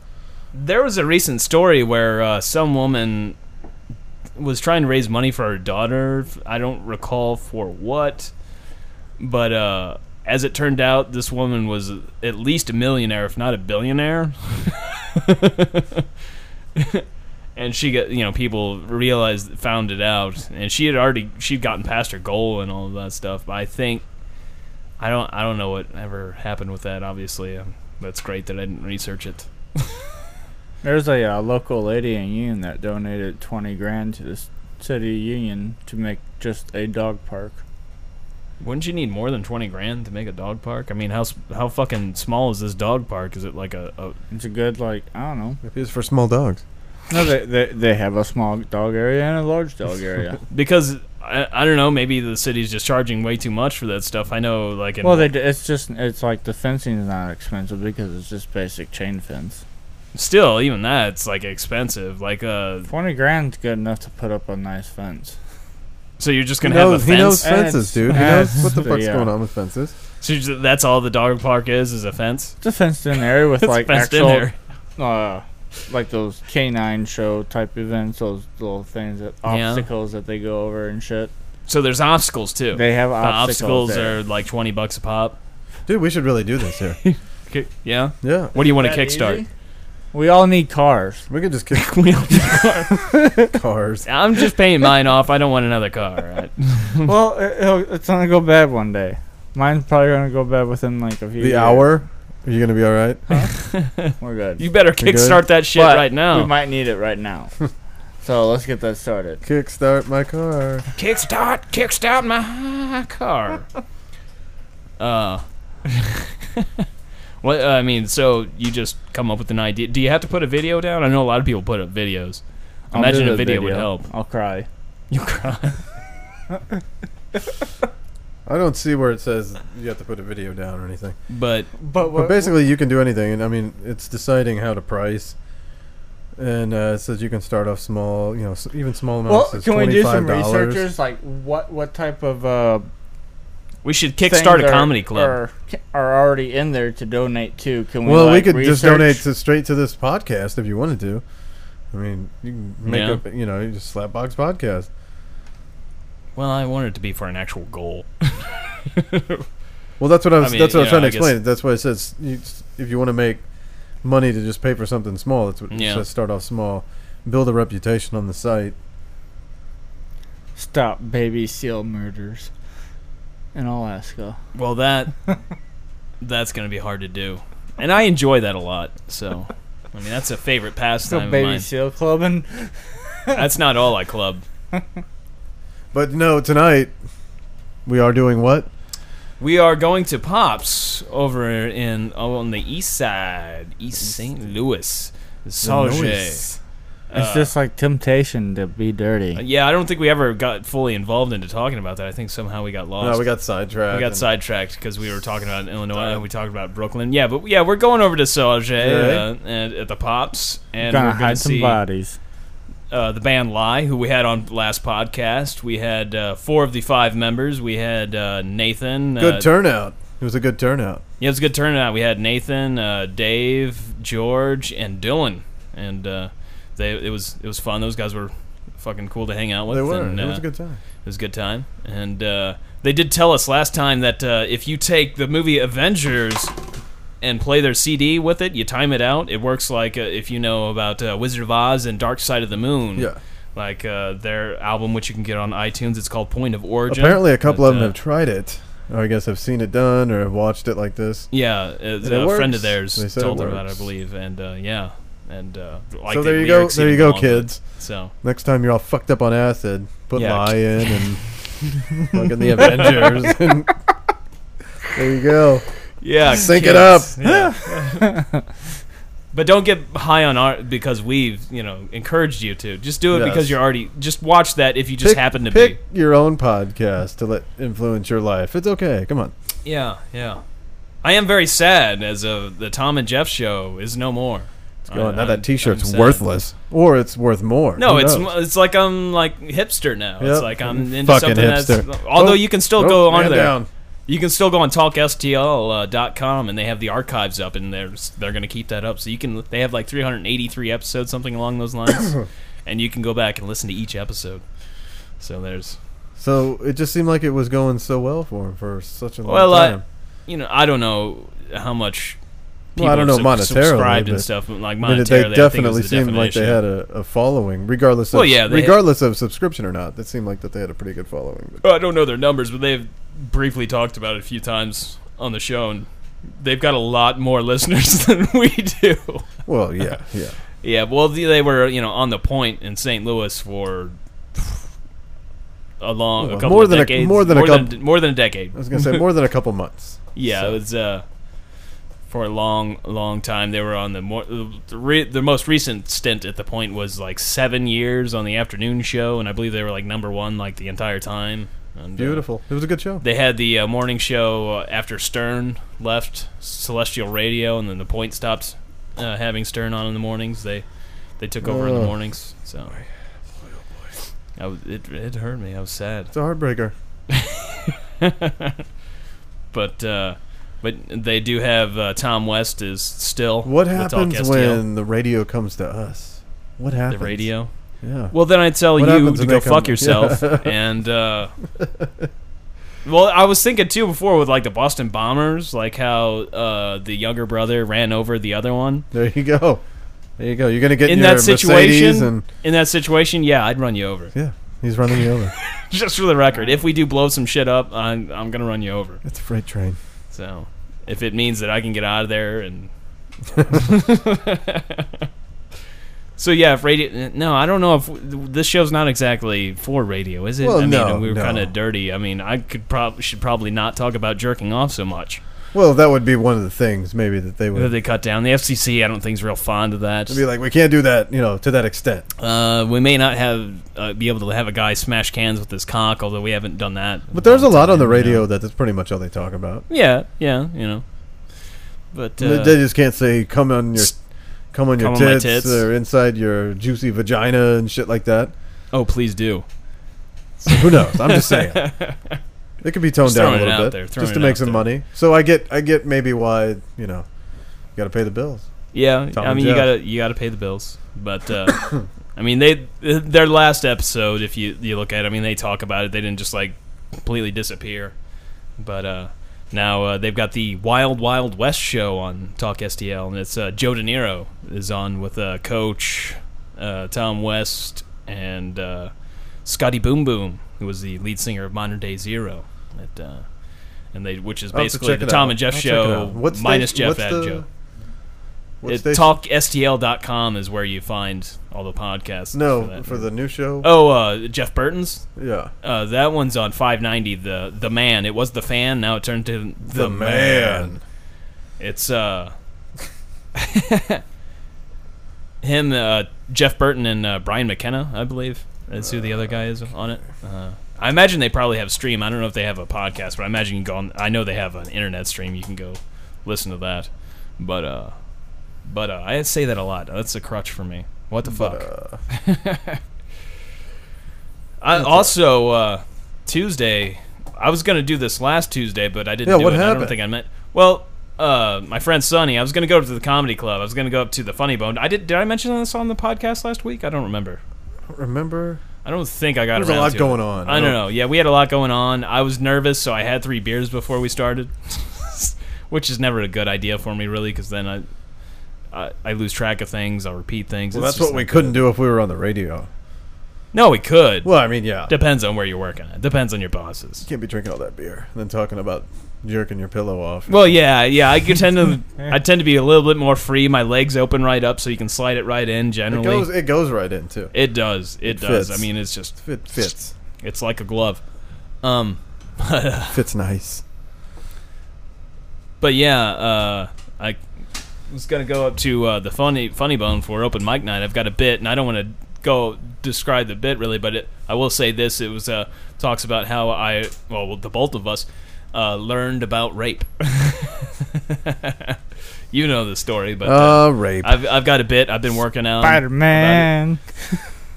There was a recent story where uh, some woman was trying to raise money for her daughter. I don't recall for what, but uh, as it turned out, this woman was at least a millionaire, if not a billionaire. and she got you know people realized found it out, and she had already she'd gotten past her goal and all of that stuff. But I think I don't I don't know what ever happened with that. Obviously, um, that's great that I didn't research it.
There's a uh, local lady in Union that donated twenty grand to the s- city of Union to make just a dog park.
Wouldn't you need more than twenty grand to make a dog park? I mean, how s- how fucking small is this dog park? Is it like a, a
It's a good like I don't know.
Maybe it's for small dogs.
No, they, they they have a small dog area and a large dog area.
because I, I don't know. Maybe the city's just charging way too much for that stuff. I know, like in,
well, they d- it's just it's like the fencing is not expensive because it's just basic chain fence.
still even that it's like expensive. Like uh,
Twenty grand's good enough to put up a nice fence.
so you're just
He
gonna have
knows,
a
he knows
fence.
And
fences,
it's-
dude. He
and
knows what the
it's-
fuck's
yeah.
going on with fences.
So you just- that's all the dog park is is a fence.
It's a fenced in area with
It's
like
fenced
actual
in there.
uh like those canine show type events, those little things that
Yeah.
obstacles that they go over and shit.
So there's obstacles too.
They have
the
obstacles.
obstacles
there.
are like twenty bucks a pop.
Dude, we should really do this here.
Ki- Yeah.
Yeah,
What do you want to
That
kickstart?
easy? We all need cars.
we could just kick
We all-
cars.
I'm just paying mine off. I don't want another car. all Right?
well, it, it'll- it's gonna go bad one day. Mine's probably gonna go bad within like a few.
The
years.
hour. Are you gonna be all right?
We're good.
You better
We good?
kickstart that shit
But
right now.
We might need it right now. so let's get that started.
Kickstart my car.
Kickstart, kickstart my car. Uh, what I mean, so you just come up with an idea. Do you have to put a video down? I know a lot of people put up videos.
I'll
Imagine
do
a
the
video would help.
I'll cry.
You cry.
I don't see where it says you have to put a video down or anything.
But
But,
But basically, you can do anything, and I mean, it's deciding how to price. And uh, it says you can start off small, you know, s- even small
well,
amounts. is
can we do some
$25.
researchers like what what type of uh,
we should kickstart
things
a
are-
comedy club.
are, are already in there to donate to? Can we?
Well, we
like,
could just
research?
donate to straight to this podcast if you wanted to. I mean, you can make
Yeah.
up, you know, you just Slapbox Podcast.
Well, I want it to be for an actual goal.
Well, that's what I was.
mean,
that's what I was
yeah,
trying to
I guess-
explain. That's why it says you, if you want to make money to just pay for something small, that's what
Yeah.
it says. Start off small, build a reputation on the site.
Stop baby seal murders in Alaska.
Well, that that's going to be hard to do, and I enjoy that a lot. So, I mean, that's a favorite
Still
pastime of
baby
mine.
seal clubbing.
Uh, That's not all I club.
But no, tonight we are doing what?
We are going to Pops over in oh, on the east side, East St. Louis, Sauget.
Noise.
it's just like temptation to be dirty.
Uh, Yeah, I don't think we ever got fully involved into talking about that. I think somehow we got lost.
No, we got sidetracked.
We got
and-
sidetracked because we were talking about Illinois. We talked about Brooklyn. Yeah, but yeah, we're going over to Sauge uh, and at the Pops, and
gonna
we're gonna
hide some
see
bodies.
uh, the band Lie, who we had on last podcast. We had uh, four of the five members. We had uh, Nathan.
Good
uh,
turnout. It was a good turnout.
Yeah, it was a good turnout. We had Nathan, uh, Dave, George, and Dylan, and uh, they it was it was fun. Those guys were fucking cool to hang out with.
They were.
and,
it was
uh,
a good time.
It was a good time, and uh, they did tell us last time that uh, if you take the movie Avengers and play their CD with it, you time it out. It works like uh, if you know about uh, Wizard of Oz and Dark Side of the Moon.
Yeah.
like uh, their album, which you can get on iTunes. It's called Point of Origin.
Apparently, a couple
But,
of them
uh,
have tried it, or I guess have seen it done, or have watched it like this.
Yeah, uh,
it
a friend
works.
of theirs
They said it
told her about, it, I
works.
believe, and uh, yeah, and uh, like
so
the
there you go.
lyrics
There you
even
go,
along with it.
kids.
So
Next time you're all fucked up on acid, put
Yeah.
lie in and fucking the Avengers. and- there you go.
yeah,
Sync it up.
yeah. but don't get high on art because we've you know encouraged you to. Just do it
Yes.
because you're already. Just watch that if you just
Pick-
happen to
pick your own podcast to let influence your life. It's okay. Come on.
be. Yeah, yeah. I am very sad as of the Tom and Jeff show is no more. It's
Go on. Now that T-shirt's worthless, or it's worth more.
No,
Who
it's
knows?
it's like I'm like hipster now.
Yep.
It's like I'm into
Fucking
something that's.
hipster.
Although
Oh,
you can still
oh,
go on
man
there.
down.
You can still go on talkstl.com and they have the archives up and they're they're going to keep that up. So you can they have like 383 episodes something along those lines and you can go back and listen to each episode. So there's
So it just seemed like it was going so well for him for such a long
Well, I-
time.
you know, I don't know how much people
Well, I don't know
have sub-
monetarily,
subscribed and
but-
stuff but like
I mean,
monetarily
they
I think it was
definitely
the
seemed like they
definition.
had a, a following, regardless. Of,
Well, yeah, they had-
regardless of subscription or not, that seemed like that they had a pretty good following. But
I don't know their numbers, but they've briefly talked about it a few times on the show and they've got a lot more listeners than we do.
well, yeah, yeah.
Yeah, well, the- they were you know on the point in St. Louis for a long, a
Well,
couple
more
of
than a-
decades,
more than a
than, more than a decade.
I was gonna say more than a couple months.
Yeah,
So-
it was uh, for a long, long time. They were on the more the, re, the most recent stint at the point was like seven years on the afternoon show, and I believe they were like number one like the entire time. And, uh,
Beautiful. It was a good show.
they had the uh, morning show uh, after Stern left Celestial Radio, and then the Point stopped uh, having Stern on in the mornings. They they took over in the
Oh.
mornings. So, I was, it it hurt me. I was sad,
It's a heartbreaker.
but uh, but they do have uh, Tom West is still
What
with
happens
Talk STL,
when the radio comes to us? What
the
happens?
radio?
Yeah.
Well, then I tell
What
you
happens
to
when
go
they come-
fuck yourself. and uh, well, I was thinking too before with like the Boston Bombers, like how uh, the younger brother ran over the other one.
There you go. There you go. You're gonna get
In
your
that
Mercedes
situation,
and
in that situation, yeah, I'd run you over.
yeah, he's running you over.
Just for the record, if we do blow some shit up, I'm I'm gonna run you over.
It's a freight train.
So if it means that I can get out of there and. So yeah, if radio. No, I don't know if this show's not exactly for radio, is it?
Well,
I mean,
no,
we were
no.
kind of dirty. I mean, I could probably should probably not talk about jerking off so much.
Well, that would be one of the things maybe that they would
They cut down the FCC. I don't think's real fond of that.
They'd be like, we can't do that, you know, to that extent.
Uh, we may not have uh, be able to have a guy smash cans with his cock, although we haven't done that. in
But there's a
long
lot
time,
on the
you
radio
know.
that that's pretty much all they talk about.
Yeah, yeah, you know. But
They-
uh,
they just can't say come on your
s-
come on your
come on my
tits,
tits.
or inside your juicy vagina and shit like that.
oh, please do.
So who knows? I'm just saying. It could be toned
Just
down a
throwing it
little
out
bit
there, throwing
just to
it
make
out
some
there.
money. So I get I get maybe why, you know, you got to pay the bills.
Yeah,
Tom
I
and
mean you
Jeff.
gotta you gotta pay the bills, but uh, I mean, they their last episode, if you you look at, it, I mean, they talk about it. They didn't just like completely disappear, but uh, now uh, they've got the Wild Wild West show on Talk STL, and it's uh, Joe De Niro is on with uh, Coach uh, Tom West and uh, Scotty Boom Boom, who was the lead singer of Modern Day Zero. At, uh, and they, which is
I'll have to
basically
check
the
it
Tom
out.
and Jeff
I'll check it
show
out. What sta-
minus Jeff
what's
at
the-
Joe.
What
It,
station-
TalkSTL.com is where you find all the podcasts.
No,
that.
for the new show.
Oh, uh, Jeff Burton's.
Yeah.
Uh, that one's on 590. The the man. It was the fan. Now it turned to the, It's uh, him, uh, Jeff Burton, and uh, Brian McKenna, I believe. That's who the other guy is on it. Uh, I imagine they probably have stream. I don't know if they have a podcast, but I imagine you can go on. I know they have an internet stream. You can go listen to that. But uh, but uh, I say that a lot. That's a crutch for me. What the fuck?
Uh,
I also uh, Tuesday. I was gonna do this last Tuesday, but I didn't.
Yeah,
do
what
it. I
happened?
don't think I meant. Well, uh, my friend Sonny. I was gonna go to the comedy club. I was gonna go up to the Funny Bone. I did. Did I mention this on the podcast last week? I don't remember.
remember?
I don't think I got.
There was a
around
lot
to it.
going on. Oh.
I
I
don't
don't-
know. Yeah, we had a lot going on. I was nervous, so I had three beers before we started, which is never a good idea for me, really, because then I, I I lose track of things. I'll repeat things.
Well,
It's
that's
just
what we
not-
couldn't do if we were on the radio.
No, we could.
Well, I mean, yeah.
Depends on where you're working. It depends on your bosses.
Can't be drinking all that beer and then talking about jerking your pillow off.
Well, yeah, yeah. I could tend to, I tend to be a little bit more free. My legs open right up, so you can slide it right in.
it
Generally, it,
goes. It goes right in too.
does. It, does.
fits.
I mean, it's just,
It fits.
it's like a glove. Um,
Fits nice.
but yeah, uh, I was gonna go up to uh, the funny funny bone for open mic night. I've got a bit, and I don't want to go describe the bit really, but it, I will say this: it was uh, talks about how I, well, the both of us uh, learned about rape. you know the story, but. uh,
Uh, rape.
I've, I've got a bit. I've been working out.
Spider Man.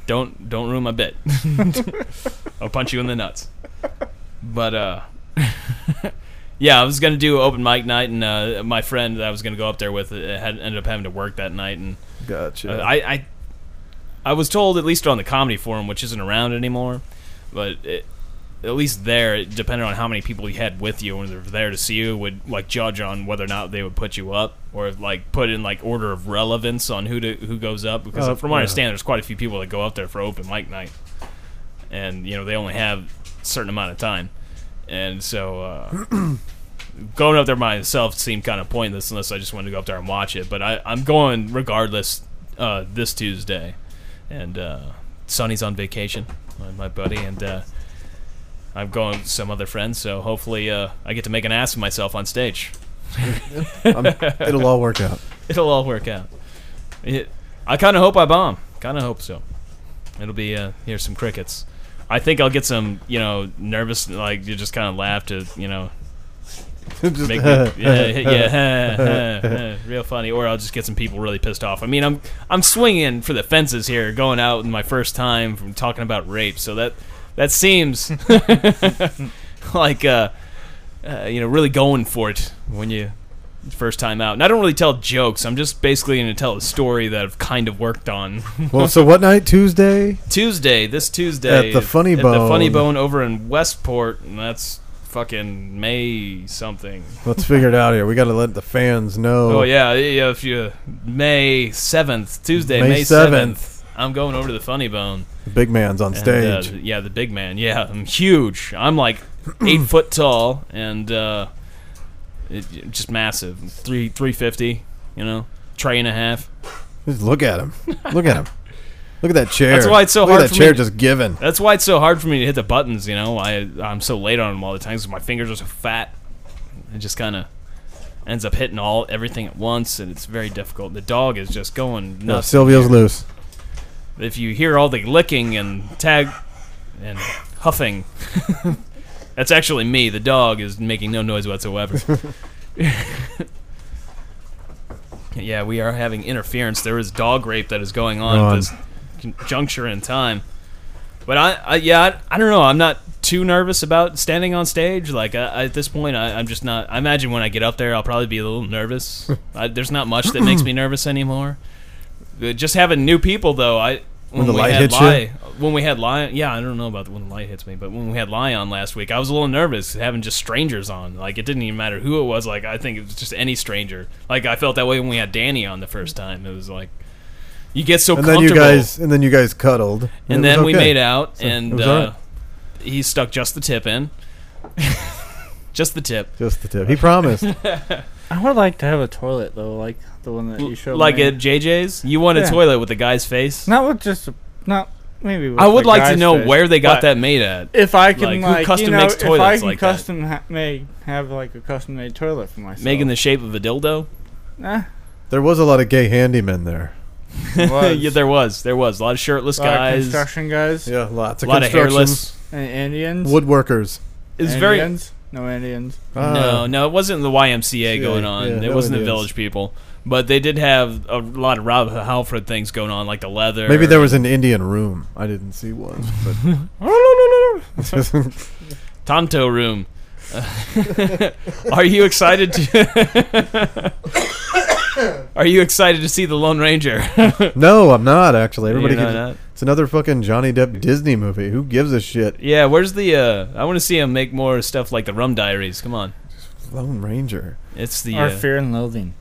Don't don't ruin my bit. I'll punch you in the nuts. But uh, yeah, I was gonna do open mic night, and uh, my friend that I was gonna go up there with uh, had ended up having to work that night, and
gotcha.
uh, I, I I was told at least on the comedy forum, which isn't around anymore, but it, at least there, it depended on how many people you had with you and they were there to see you would like judge on whether or not they would put you up or like put in like order of relevance on who to, who goes up because
Oh,
from what I
yeah.
understand, there's quite a few people that go up there for open mic night, and you know they only have a certain amount of time, and so. Uh, going up there myself seemed kind of pointless unless I just wanted to go up there and watch it. But I, I'm going regardless uh, this Tuesday, and uh, Sonny's on vacation, my- my buddy, and uh, I'm going with some other friends. So hopefully, uh, I get to make an ass of myself on stage.
I'm, it'll all work out.
It'll all work out. It, I kind of hope I bomb. Kind of hope so. It'll be uh, here's some crickets. I think I'll get some, you know, nervous, like you just kind of laugh to, you know,
Just-
make me, yeah, yeah, real funny. Or I'll just get some people really pissed off. I mean, I'm I'm swinging for the fences here, going out in my first time from talking about rape. So that that seems like uh, uh, you know really going for it when you first time out. And I don't really tell jokes. I'm just basically going to tell a story that I've kind of worked on.
Well, so what night? Tuesday.
Tuesday, this Tuesday
At the Funny
the Funny
Bone.
Bone over in Westport, and that's fucking May something.
Let's figure it out here. We got to let the fans know.
Oh yeah, yeah. If you May seventh, Tuesday,
May
May
7th.
seventh, I'm going over to the Funny Bone.
The big man's on
And,
stage.
uh, yeah, the big man. Yeah, I'm huge. I'm like eight foot tall and uh, it, just massive. Three three fifty. You know, tray and a half.
Just look at him. Look at him. Look at that chair.
That's why it's so
look
hard
At that
for
chair
me-
just giving.
That's why it's so hard for me to hit the buttons. You know, I I'm so late on them all the time because my fingers are so fat. It just kind of ends up hitting all everything at once, and it's very difficult. The dog is just going
No,
nuts.
Silvio's loose.
if you hear all the licking and tag and huffing, that's actually me. The dog is making no noise whatsoever. yeah, we are having interference. There is dog rape that is going on at
Ron.
this con- juncture in time. But I, I yeah, I, I don't know. I'm not too nervous about standing on stage. Like I, at this point, I, I'm just not. I imagine when I get up there, I'll probably be a little nervous. I, there's not much that makes me nervous anymore. Uh, Just having new people, though, I
When the
we
light
had
hits you?
Lie- When we had Lion, yeah, I don't know about when the light hits me, but when we had Lion last week, I was a little nervous having just strangers on. Like it didn't even matter who it was. Like I think it was just any stranger. Like I felt that way when we had Danny on the first time. It was like you get so
and then
comfortable,
you guys and then you guys cuddled.
and
it was
then we
okay.
made out, and
it was
uh,
alright.
he stuck just the tip in, just the tip.
Just the tip. He promised.
I would like to have a toilet though, like the one that you showed.
like
me.
at JJ's, you want a
Yeah.
toilet with the guy's face.
Not with just a, not maybe. With
I would
the
like to
guy's
know
face,
where they got
but
that made at.
If I
Like,
can, like,
who custom
you know,
makes
if I
toilets
can
like that?
custom ha- make have like a custom made toilet for myself.
Making the shape of a dildo.
Eh,
there was a lot of gay handymen there.
was.
yeah, there was, there was a lot of shirtless
Lot of
guys, a
construction guys,
Yeah, lots of
lot of
construction.
hairless.
and Indians.
woodworkers. Ah.
It was very
Indians? Uh, no Indians.
no, no. It wasn't the YMCA
Yeah,
going on.
yeah,
it
no
wasn't the
Indians.
Village People, but they did have a lot of Rob Halford things going on, like the leather.
Maybe there was an Indian room. I didn't see one, but
Tonto room. Uh, Are you excited to? Are you excited to see the Lone Ranger?
no, I'm not actually. Everybody,
You're
gives-
not-
it's another fucking Johnny Depp Disney movie. Who gives a shit?
Yeah, where's the? uh I want to see him make more stuff like the Rum Diaries. Come on,
Lone Ranger.
it's the
Or
uh,
Fear and Loathing.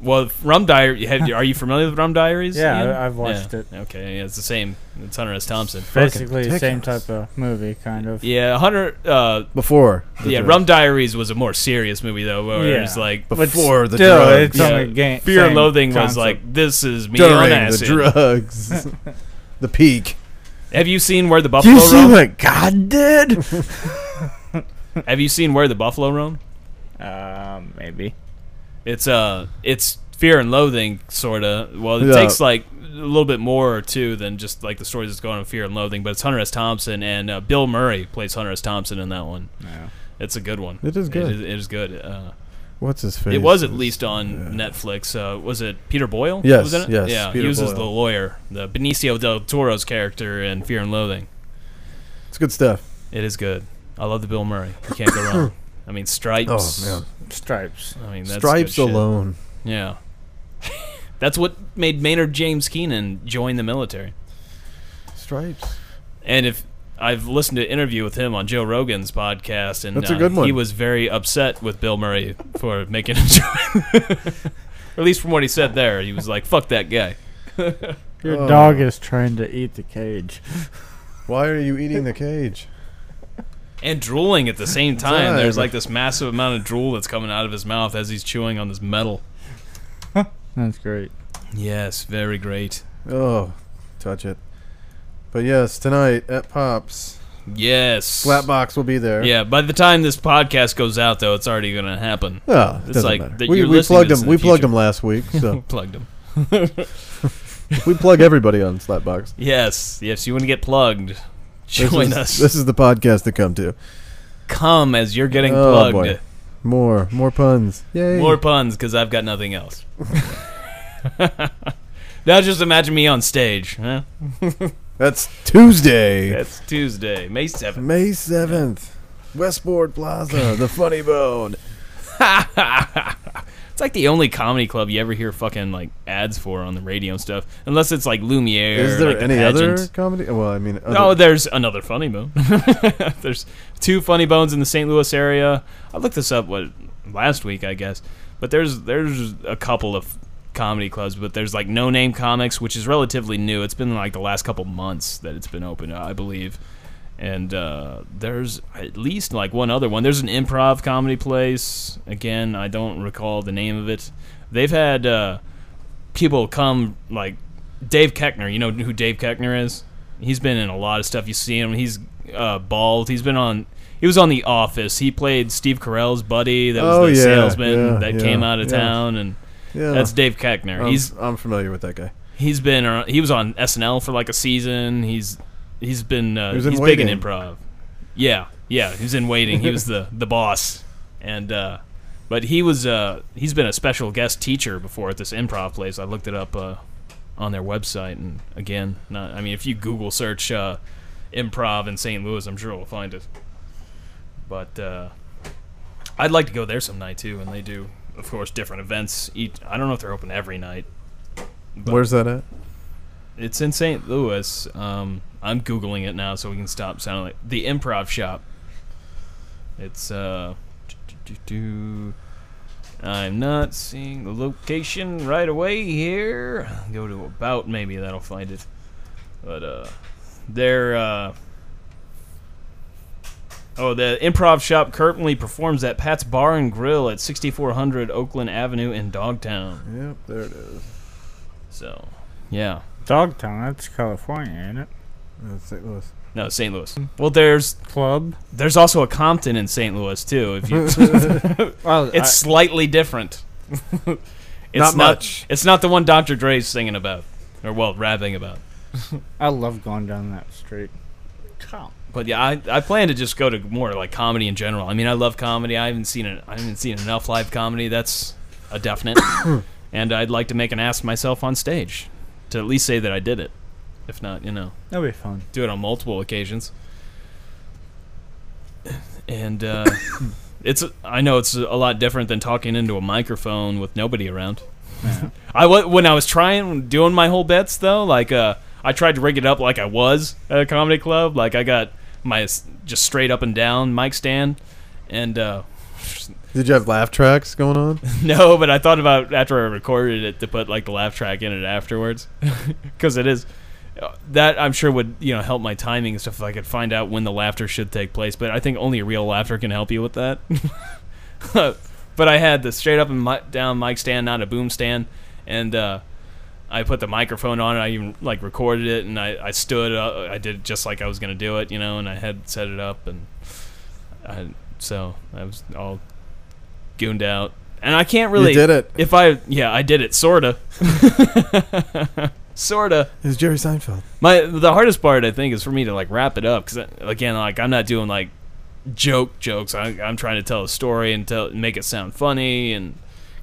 well Rum Diary. Have, you- are you familiar with Rum Diaries?
Yeah,
Ian?
I, I've watched
Yeah.
it.
Okay, yeah, it's the same. It's Hunter S. Thompson.
Basically, the same
ridiculous.
type of movie, kind of.
Yeah, Hunter. Uh,
Before. the
yeah,
drugs.
Rum Diaries was a more serious movie though, where
Yeah.
it's like
But
Before the
still,
drugs.
it's on
yeah,
the game.
Fear
same
and Loathing was
concept.
like this is me on
during the
acid.
drugs. the peak.
Have you seen where the buffalo roam?
what God did?
Have you seen where the buffalo roam?
Uh, maybe.
It's uh, it's Fear and Loathing sorta. Well, it
Yeah.
takes like a little bit more or two than just like the stories that's going on in Fear and Loathing, but it's Hunter S. Thompson and uh, Bill Murray plays Hunter S. Thompson in that one.
No.
It's a good one.
It is good.
It is, it is good. Uh,
What's his face?
It was at least on Netflix. Uh, was it Peter Boyle?
Yes,
was in it?
yes,
Yeah,
Peter
he uses
Boyle.
the lawyer, the Benicio del Toro's character in Fear and Loathing.
It's good stuff.
It is good. I love the Bill Murray. You can't go wrong. I mean, Stripes.
Oh,
Stripes.
I mean, that's
Stripes
good shit.
alone.
Yeah. that's what made Maynard James Keenan join the military.
Stripes.
And if I've listened to an interview with him on Joe Rogan's podcast, and uh,
That's a good one.
he was very upset with Bill Murray for making him join. or at least from what he said there, he was like, "Fuck that guy."
Your
Oh.
dog is trying to eat the cage.
Why are you eating the cage?
and drooling at the same time.
Time.
There's like this massive amount of drool that's coming out of his mouth as he's chewing on this metal.
That's great.
Yes, very great.
Oh, touch it. But yes, tonight at Pops,
Yes.
Slapbox will be there.
Yeah, by the time this podcast goes out, though, it's already going to happen.
Oh, it
It's
doesn't
like
matter.
that
we
you're
we
listening
plugged
to this
them.
in
We
the
plugged
future.
them last week, so
Plugged him.
we plug everybody on Slapbox.
Yes, yes, you want to get plugged.
This
Join
is-
us.
This is the podcast to come to.
Come as you're getting
Oh,
plugged.
boy. More, more puns. Yay!
More puns because I've got nothing else. now just imagine me on stage. Huh?
That's Tuesday.
That's Tuesday, May 7th.
May 7th, Westport Plaza, the Funny Bone.
It's like the only comedy club you ever hear fucking like ads for on the radio and stuff, unless it's like Lumiere.
Is there
like the
any
pageant.
other comedy? Well, I mean, other,
No, Oh, there's another funny bone. there's two funny bones in the St. Louis area. I looked this up what last week, I guess. But there's there's a couple of comedy clubs, but there's like No Name Comics, which is relatively new. It's been like the last couple months that it's been open, I believe. And uh, there's at least like one other one. There's an improv comedy place. Again, I don't recall the name of it. They've had uh, people come like Dave Keckner. You know who Dave Keckner is? He's been in a lot of stuff. You see him. He's uh, bald. He's been on. He was on The Office. He played Steve Carell's buddy. That was
Oh,
the
yeah,
salesman
yeah,
that
yeah,
came out of
yeah.
town, and
yeah, Um,
that's Dave Keckner.
I'm,
he's
I'm familiar with that guy.
he's been ar- he was on SNL for like a season. He's he's been uh,
He was in
he's big in
Waiting.
improv. Yeah, yeah. He was in waiting. He was the the boss, and uh, but he was uh, he's been a special guest teacher before at this improv place. I looked it up uh, on their website, and again, not, I mean, if you Google search uh, improv in St. Louis, I'm sure we'll find it. But uh, I'd like to go there some night too, and they do, of course, different events. Each I don't know if they're open every night.
Where's that at?
it's in St. Louis. Um, I'm googling it now so we can stop sounding like the Improv Shop. It's uh, do-do-do-do. I'm not seeing the location right away here. Go to about maybe that'll find it. But uh, they're uh. Oh, the improv shop currently performs at Pat's Bar and Grill at 6400 Oakland Avenue in Dogtown.
Yep, there it is.
So, yeah.
Dogtown, that's California, ain't it?
That's St. Louis.
No, St. Louis. Well, there's
Club.
there's also a Compton in St. Louis too. If you,
Well,
it's
it's
slightly different. it's
Not much.
It's not the one Dr. Dre's singing about, or well, rapping about.
I, love going down that street. Come.
But yeah, I, I plan to just go to more like comedy in general. I mean, I love comedy. I haven't seen an, I haven't seen enough live comedy. That's a definite. and I'd like to make an ass of myself on stage, to at least say that I did it. If not, you know.
That'll be fun.
do it on multiple occasions. And uh, it's I know it's a lot different than talking into a microphone with nobody around. I wa- when I was trying doing my whole bets though, like uh, I tried to rig it up like I was at a comedy club. Like I got my s- just straight up and down mic stand, and uh,
Did you have laugh tracks going on?
no, but I thought about after I recorded it to put like the laugh track in it afterwards because it is that I'm sure would you know help my timing and stuff if I could find out when the laughter should take place. But I think only a real laughter can help you with that. but I had the straight up and mi- down mic stand, not a boom stand, and uh, I put the microphone on. And I even like recorded it, and I I stood. Uh, I did it just like I was gonna do it, you know, and I had set it up, and I, so I was all gooned out. And I can't really
You did it.
if I yeah I did it sorta sorta
It was Jerry Seinfeld.
my the hardest part I think is for me to like wrap it up because again like I'm not doing like joke jokes I, I'm trying to tell a story and tell make it sound funny and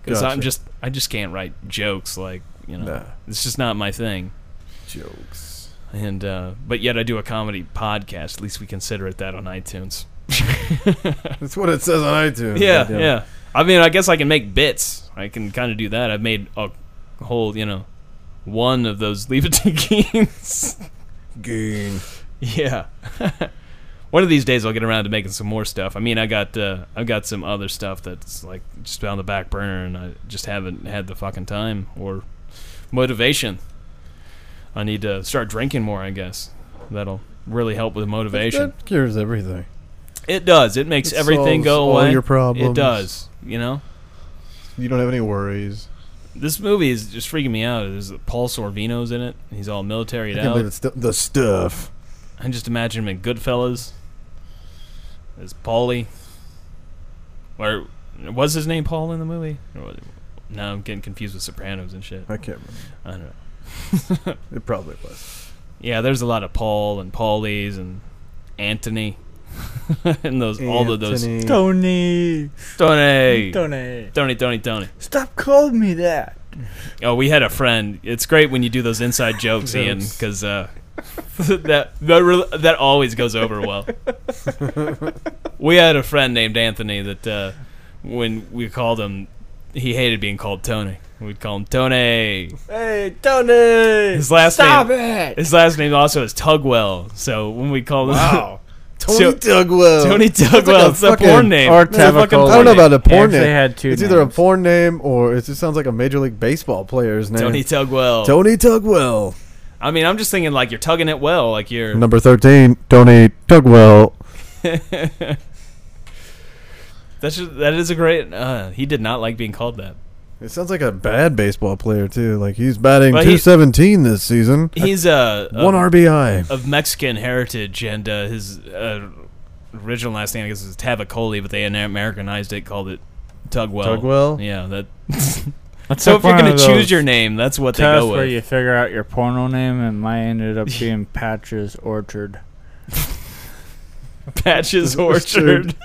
because I'm
Gotcha.
just I just can't write jokes like you know
Nah.
it's just not my thing
Jokes.
and uh, but yet I do a comedy podcast at least we consider it that on iTunes
That's what it says on iTunes.
yeah
Goddamn.
yeah I mean I guess I can make bits I can kind of do that I've made a whole you know one of those leave it to games.
Goon.
Yeah. One of these days I'll get around to making some more stuff. I mean, I got uh, I've got some other stuff that's like just on the back burner, and I just haven't had the fucking time or motivation. I need to start drinking more, I guess. That'll really help with motivation.
That cures everything.
It does. It makes
It
everything
solves
go
all
away.
your problems.
It does. You know,
You don't have any worries.
this movie is just freaking me out. There's Paul Sorvino's in it. and He's all military
I can't
out.
believe it's stu- the stuff.
I just imagine him in Goodfellas as Paulie. Or was his name Paul in the movie? Or was it- Now I'm getting confused with Sopranos and shit.
I can't remember.
I don't know.
It probably was.
Yeah, there's a lot of Paul and Paulies and Anthony and those all of those
Anthony.
Tony.
Tony,
Tony.
Tony, Tony, Tony.
Stop calling me that.
Oh, we had a friend. It's great when you do those inside jokes, Ian,
Jokes.
because uh, that that re- that always goes over well. we had a friend named Anthony that uh, when we called him, he hated being called Tony. We'd call him Tony.
Hey, Tony.
His last
Stop
name.
it.
His last name also is Tugwell. So when we called
Oh.
Wow.
him
Tony Tugwell.
Tony Tugwell, it's a
fucking-
porn name.
or
It's a fucking
Tavakola.
I don't know about a porn
If they
name.
had two
it's either a
names.
porn name or it just sounds like a Major League Baseball player's name.
Tony Tugwell.
Tony Tugwell.
I mean, I'm just thinking like you're tugging it well, like you're
Number 13, Tony Tugwell.
that's just, that is a great. Uh, he did not like being called that.
It sounds like a bad baseball player, too. Like, he's batting
But he- Uh,
217 this season.
He's a, a
One RBI.
of Mexican heritage, and uh, his uh, original last name I guess is Tavacoli, but they Americanized it, called it Tugwell.
Tugwell?
yeah. That. so if you're gonna choose your name, that's what they
test
go
where
with.
you figure out your porno name, and mine ended up being Patches Orchard.
Patches Orchard.
Orchard.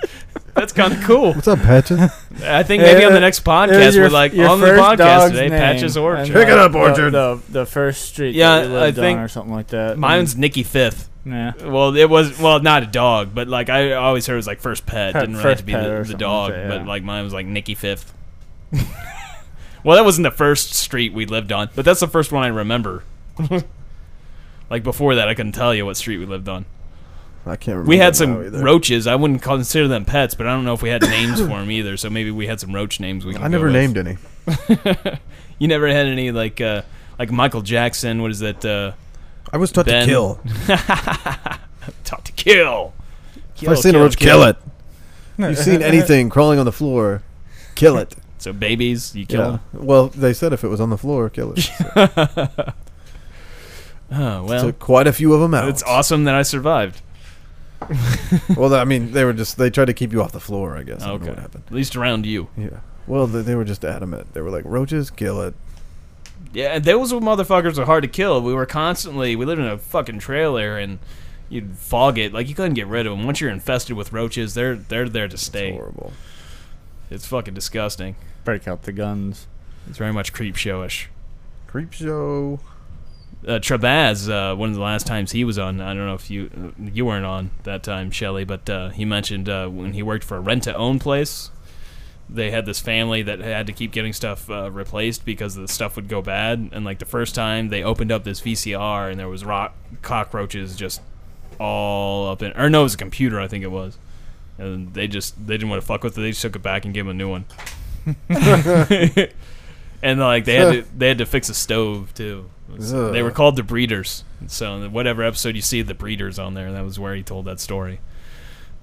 that's kind of cool.
What's up, Patches?
I think maybe on the
It-
next
It
podcast
was your-
we're like "Oh,
your
on the
first
podcast
dog's
today,
name
Patches
and,
Orchard.
Pick it up,
the-
Orchard.
The, the, first street.
Yeah,
Yeah, that you lived
I
I
think
think or something like that. Mm,
Mine's Nikki Fifth.
yeah.
Well, it was well not a dog, but like I always heard it was like first pet.
Pet-
Didn't really have
first
to be
pet or
the, the
something
dog,
like that,
but
yeah.
like mine was like Nikki Fifth. well, that wasn't the first street we lived on, but that's the first one I remember. Like before that, I couldn't tell you what street we lived on.
I can't remember.
We
now
had some
either.
roaches. I wouldn't consider them pets, but I don't know if we had names for them either. So maybe we had some roach names. We could
I never
go with.
named any.
You never had any like uh, like Michael Jackson. What is that? Uh,
I was taught
Ben.
to kill.
taught to kill.
If I've seen a roach, kill it. You've seen anything crawling on the floor, kill it.
So babies, you kill them.
Well, they said if it was on the floor, kill it.
Oh well,
so quite a few of them out.
it's awesome that I survived.
Well, I mean, they were just they tried to keep you off the floor. I guess. I don't know
Okay,
what happened.
at least around you.
Yeah. Well, they, they were just adamant. They were like, roaches, kill it.
Yeah, those motherfuckers were hard to kill. We were constantly we lived in a fucking trailer and you'd fog it like you couldn't get rid of them. Once you're infested with roaches, they're they're there to
It's
stay.
horrible.
It's fucking disgusting.
Break out the guns.
It's very much creep showish.
Creep show.
Uh, Trebaz, uh, one of the last times he was on, I don't know if you you weren't on that time, Shelley, but uh, he mentioned uh, when he worked for a rent to own place, they had this family that had to keep getting stuff uh, replaced because the stuff would go bad. And like the first time they opened up this VCR and there was rock cockroaches just all up in, or no, it was a computer, I think it was. And they just they didn't want to fuck with it. They just took it back and gave him a new one. and like they had to they had to fix a stove too.
Ugh.
They were called the Breeders. So whatever episode you see the Breeders on there, that was where he told that story.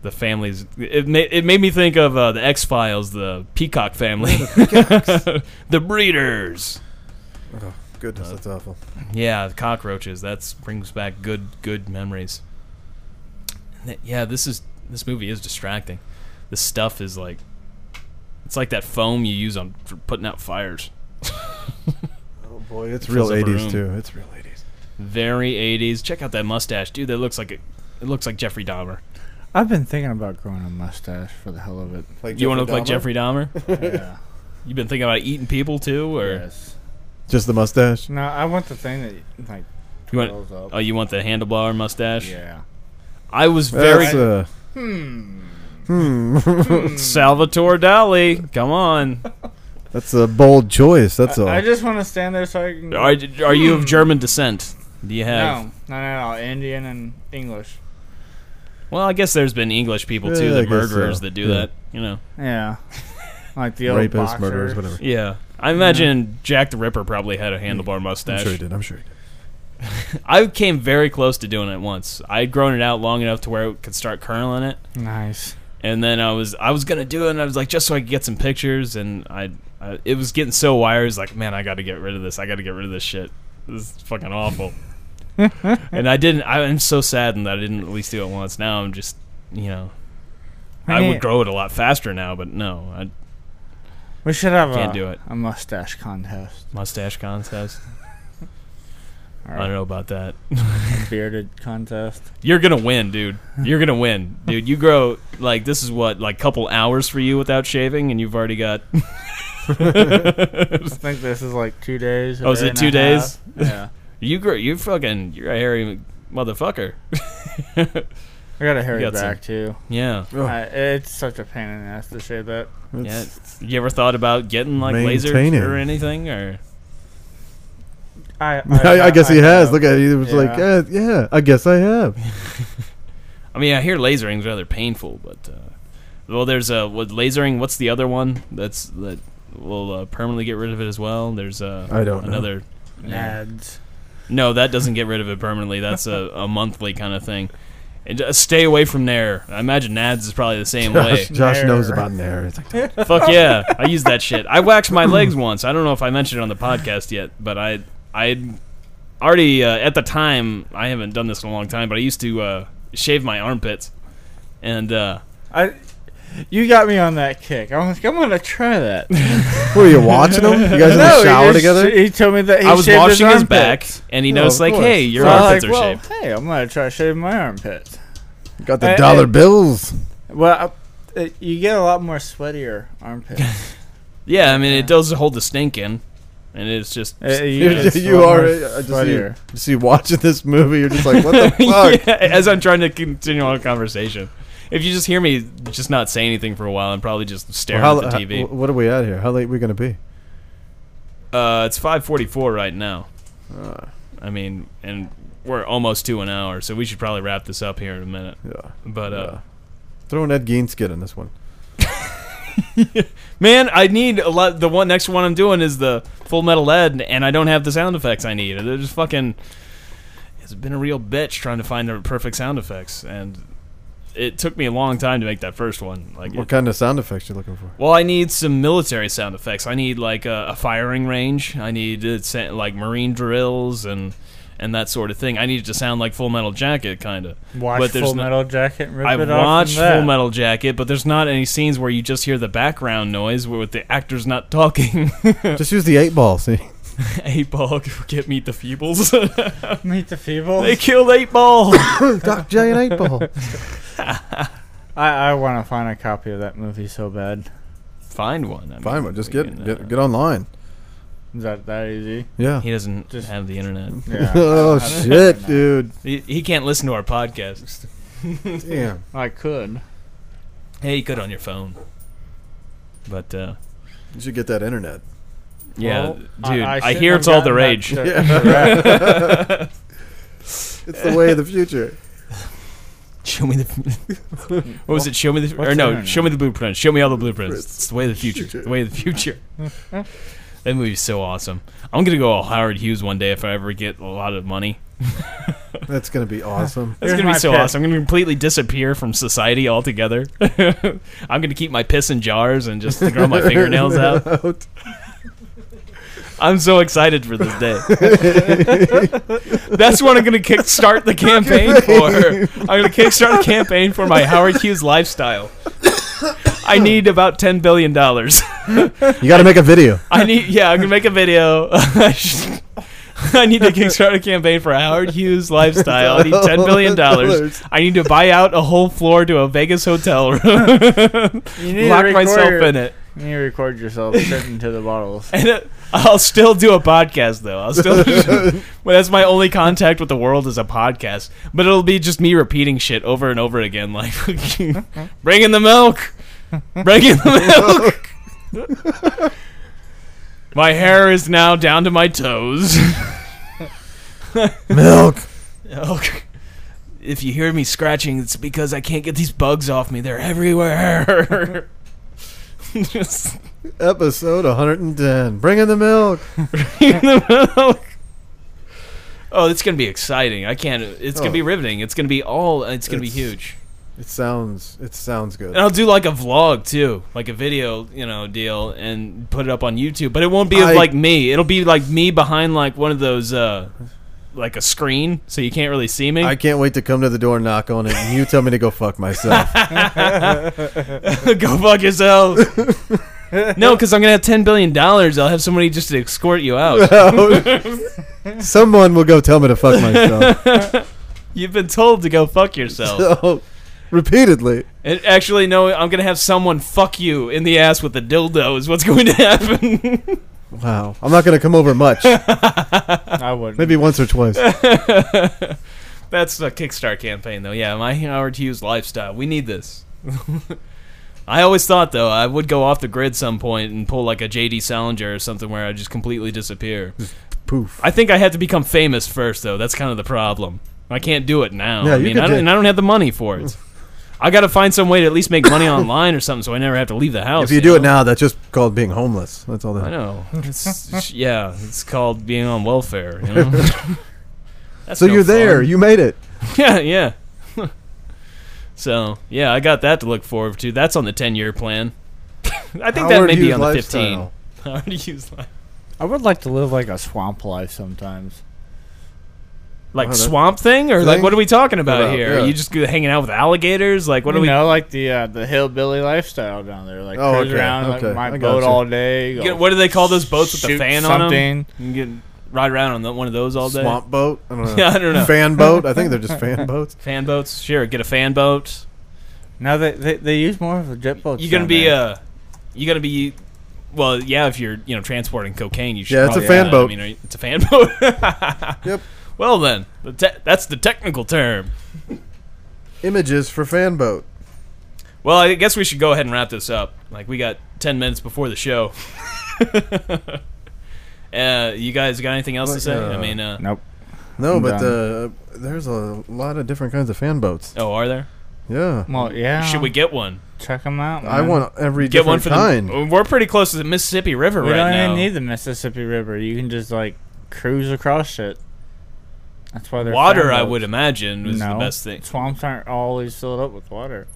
The families. It made it made me think of uh, the X Files, the Peacock family, the Breeders.
Oh, goodness,
Uh,
that's awful.
Yeah, the cockroaches. That brings back good good memories. And that- Yeah, this is this movie is distracting. The stuff is like it's like that foam you use on for putting out fires.
Oh boy, it's
fills
real
up a
80s
room.
too. It's real 80s.
Very 80s. Check out that mustache, dude. That looks like a, it looks like Jeffrey Dahmer.
I've been thinking about growing a mustache for the hell of it.
Like
you want to look like Jeffrey Dahmer?
Yeah.
You've been thinking about eating people too, or
yes.
Just the mustache.
No, I want the thing that like
you want?
twirls up.
Oh, you want the handlebar mustache?
yeah.
I was very Mm.
That's, uh,
Salvatore Dali. Come on,
that's a bold choice. That's all.
I just want to stand there so I can.
are, are you of German descent? Do you have?
no, no, no, no, Indian and English.
Well, I guess there's been English people too,
Yeah, I
the
guess
murderers
so.
that do
Yeah.
that. You know.
Yeah. Like the old
Rapists,
boxers.
murderers, whatever.
Yeah, I imagine Jack the Ripper probably had a handlebar
Mm. I'm
mustache.
sure he did. I'm sure he did.
I came very close to doing it once. I'd grown it out long enough to where it could start curling it.
Nice.
and then I was I was gonna do it, and I was like, just so I could get some pictures, and I, I it was getting so wired. I was like, man, I got to get rid of this. I got to get rid of this shit. This is fucking awful. and I didn't. I, I'm so saddened that I didn't at least do it once. Now I'm just, you know, I,
mean,
would grow it a lot faster now, but no, I,
We should have
Can't
a,
do it.
a mustache contest.
mustache contest. I
All
don't
right.
know about that.
Bearded contest.
You're gonna win, dude. You're gonna win, dude. You grow like this is what like couple hours for you without shaving, and you've already got
I think this is like two days. a
Oh, is
day
it
and
two
a
days?
half. Yeah.
You grow, you fucking, you're a hairy motherfucker.
I gotta hurry
You got
back too.
yeah.
Oh.
I, it's such a pain in the ass to shave that.
yeah.
It's-
You ever thought about getting like lasers
Maintaining.
or anything? Or
I
I, I guess he has. Look at it. He was
Yeah.
like, eh, yeah, I guess I have.
I mean, I hear lasering's rather painful, but uh, well, there's a uh, what lasering. What's the other one that's that will uh, permanently get rid of it as well? There's uh,
I don't know.
another.
Nads.
No, that doesn't get rid of it permanently. That's a, a monthly kind of thing. And just stay away from there. I imagine Nads is probably the same way.
Josh, Josh knows
Nair.
about Nair. It's like,
Fuck yeah, I use that shit. I waxed my legs once. I don't know if I mentioned it on the podcast yet, but I I already uh, at the time I haven't done this in a long time, but I used to uh, shave my armpits, and uh,
I. You got me on that kick. I was like, I'm gonna try that. no,
were you watching him? You guys in the
he
shower
just-
together?
He told me that he
I was
shaved
washing his,
armpits.
back, and he
No,
noticed
of
like,
course.
hey, your
So I was
armpits are
like, well,
shaved.
hey, I'm gonna try shaving my armpits.
Got the
I-
dollar
I-
bills.
Well, I, uh, you get a lot more sweatier armpits.
Yeah, I mean it does hold the stink in, and it's just
Uh,
You,
you get a
you
lot
are. I
more
just see,
sweatier.
you, just see watching this movie. You're just like, what the fuck?
yeah, as I'm trying to continue on a conversation. If you just hear me just not say anything for a while, I'm probably just
Well,
staring
how,
at the
how-
TV.
what are we at here? How late we gonna be?
Uh, it's 5:44 right now. I mean, and we're almost to an hour, so we should probably wrap this up here in a minute.
Yeah.
But uh,
Yeah. Throw an Ed Gein skit in this one.
man, I need a lot. The one next one I'm doing is the Full Metal Ed, and I don't have the sound effects I need. They're just fucking. It's been a real bitch trying to find the perfect sound effects, and it took me a long time to make that first one. Like,
What
it-
kind of sound effects you looking for?
well, I need some military sound effects. I need like a, a firing range. I need it sa- like marine drills and and that sort of thing. I need it to sound like Full Metal Jacket, kind of.
Watch
but there's
Full
no-
Metal Jacket. And rip
I
it off
watched
from that.
Full Metal Jacket, but there's not any scenes where you just hear the background noise with the actors not talking.
Just use the eight ball. See,
eight Ball, get meet the Feebles.
Meet the Feebles.
they killed Eight Ball.
Doc J and eight ball.
I, I want to find a copy of that movie so bad.
Find one. I mean,
Fine, but just
we
get
can, uh,
get get online.
Is that that easy?
Yeah.
He doesn't
Just-
have the internet.
Yeah.
oh
I- I-
shit, dude.
He, he can't listen to our podcast.
Damn.
I could.
Hey, you could on your phone. But uh,
You should get that internet.
yeah,
Well,
dude,
I- I
I,
shouldn't
hear
have
it's all the
gotten that
rage.
to-
Yeah.
correct.
It's the way of the future.
Show me the. what was it? Show me the.
What's
Or no,
internet?
show me the blueprints. Show me all the blueprints.
Blueprints.
It's the way of the future.
Future.
The way of the future. that movie's so awesome. I'm gonna go all Howard Hughes one day if I ever get a lot of money.
That's gonna be awesome.
That's
Here's
gonna be
my
so
pick.
awesome. I'm gonna completely disappear from society altogether. I'm gonna keep my piss in jars and just grow my fingernails out. I'm so excited for this day. That's what I'm gonna kickstart the campaign for. I'm gonna kickstart the campaign for my Howard Hughes lifestyle. I need about ten billion dollars.
You got to make a video.
I need yeah, I'm gonna make a video. I should- I need to kickstart a campaign for Howard Hughes lifestyle. I need ten billion dollars. I need to buy out a whole floor to a Vegas hotel room,
You need
lock
to record
myself
your-
in it,
You need to record yourself sitting to the bottles.
and uh, I'll still do a podcast though. I'll still, but that's my only contact with the world is a podcast. But it'll be just me repeating shit over and over again, like bring in the milk, bring in the milk. my hair is now down to my toes.
Milk.
Oh, if you hear me scratching, it's because I can't get these bugs off me. They're everywhere. Just
Episode 110. Bring in the milk.
in the milk. Oh, it's gonna be exciting. I can't. It's gonna
Oh.
be riveting. It's gonna be all. It's gonna
It's-
be huge.
It sounds it sounds good.
And I'll do like a vlog too, like a video, you know, deal, and put it up on YouTube. But it won't be of
I-
like me. It'll be like me behind like one of those, uh like a screen, so you can't really see me.
I can't wait to come to the door and knock on it and you tell me to go fuck myself.
Go fuck yourself. no, because I'm gonna have ten billion dollars. I'll have somebody just to escort you out.
Someone will go tell me to fuck myself.
You've been told to go fuck yourself.
So, repeatedly.
And actually, no, I'm gonna have someone fuck you in the ass with a dildo. Is what's going to happen.
Wow. I'm not going to come over much.
I wouldn't.
Maybe once or twice.
That's the Kickstarter campaign, though. Yeah, my Howard Hughes lifestyle. We need this. I always thought though I would go off the grid some point and pull like a JD Salinger or something where I just completely disappear.
Poof.
I think I had to become famous first, though. That's kind of the problem. I can't do it now.
Yeah,
I
you
mean,
could
I don't,
do-
and I don't have the money for it. I got to find some way to at least make money online or something, so I never have to leave the house.
If you do it
know?
now, that's just called being homeless. That's all
I
that.
know. It's, it's- yeah, it's called being on welfare. You know? That's
So
no
you're there.
fun.
You made it.
yeah, yeah. so yeah, I got that to look forward to. That's on the ten-year plan. I think that
Howard
may be
Hughes
on the fifteen.
lifestyle.
Howard Hughes life.
I would like to live like a swamp life sometimes.
Like
Wow, that-
swamp thing, or like
Thing?
what are we talking about
About-
here?
yeah.
Are you just hanging out with alligators? Like what
you
are we?
know, like the uh, the hillbilly lifestyle down there, like
Oh,
cruise
okay,
around
okay,
like my
I
boat
gotcha.
all day. go
Get- what do they call those boats with the
shoot
fan
something.
on them? You can get, ride around on the, one of those all day.
Swamp boat? I don't know.
Yeah, I don't know.
Fan boat? I think they're just fan boats.
Fan boats, sure. Get a fan boat.
No, they, they they use more of the jet boats.
You're gonna
down
be
there.
uh, you're gonna be, well, yeah. If you're you know transporting cocaine, you should.
Yeah, it's a
probably
fan
do that.
boat.
I mean, are you- it's a fan boat.
Yep.
Well then, the te- that's the technical term.
Images for fan boat.
Well, I guess we should go ahead and wrap this up. Like we got ten minutes before the show. uh, you guys got anything else to say? I
Uh,
mean, uh,
nope.
No,
I'm
but
done.
the, there's a lot of different kinds of fan boats.
Oh, are there?
Yeah.
Well, yeah.
Should we get one?
check them out?
I
man.
want every
Get
different
one for
kind.
the. We're pretty close to the Mississippi River
We
right
don't
now.
even need the Mississippi River. You can just like cruise across it. That's why they're
Water,
fan
I
boats.
would imagine, is
no.
the best thing.
Swamps aren't always filled up with water.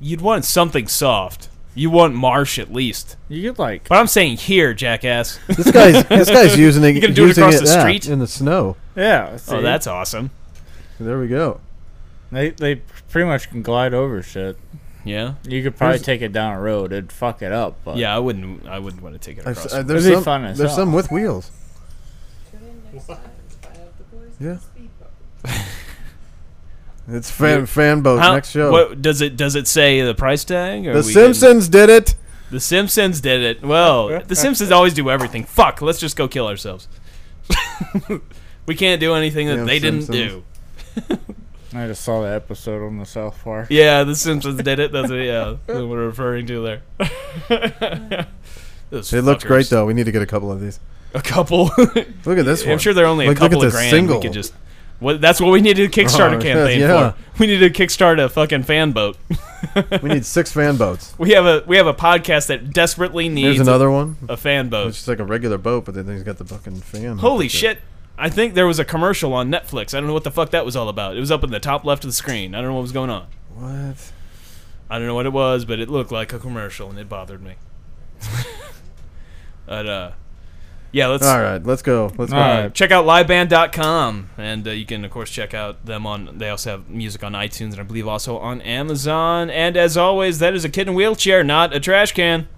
You'd want something soft. You want marsh at least.
You could like
But I'm saying here, jackass.
This guy's this guy's using it.
You gonna do it
using
across the
yeah,
street?
in the snow.
yeah. see?
oh, that's awesome.
There we go.
they they pretty much can glide over shit.
Yeah,
You could probably
There's-
take it down a road. It'd fuck it up. But
yeah. I wouldn't. I wouldn't want to take it
I've
across.
s- uh, there's
It'd
some
be fun as
there's
hell.
some with wheels. Yeah.
Yeah.
It's fan fan boat
How-
next show.
What does it? Does it say the price tag? Or
the
we
Simpsons did it.
can- the Simpsons did it. Well, the Simpsons always do everything. Fuck. Let's just go kill ourselves. we can't do anything that
Damn
they didn't
Simpsons.
do.
I just saw the episode on the South Park.
Yeah, the Simpsons did it. That's what, yeah, that's what we're referring to there. Those
It looks great
fuckers.
though. We need to get a couple of these.
A couple.
Look at this one.
I'm sure they're only
Like,
a
look at
couple of
this
grand.
Single.
We could just. What, that's what we need to kickstart a
Oh,
campaign
yeah.
for. We need to kickstart a fucking fan boat.
we need six fan boats.
We have a we have a podcast that desperately needs
Here's another one.
a fan
It's
boat.
just like a regular boat, but then he's got the fucking fan.
Holy
up there.
shit! I think there was a commercial on Netflix. I don't know what the fuck that was all about. It was up in the top left of the screen. I don't know what was going on.
What?
I don't know what it was, but it looked like a commercial and it bothered me. but uh, yeah, let's
All right, let's go. Let's go.
All right.
check out liveband.com and uh, you can of course check out them on they also have music on itunes and i believe also on amazon and as always that is a kid in a wheelchair not a trash can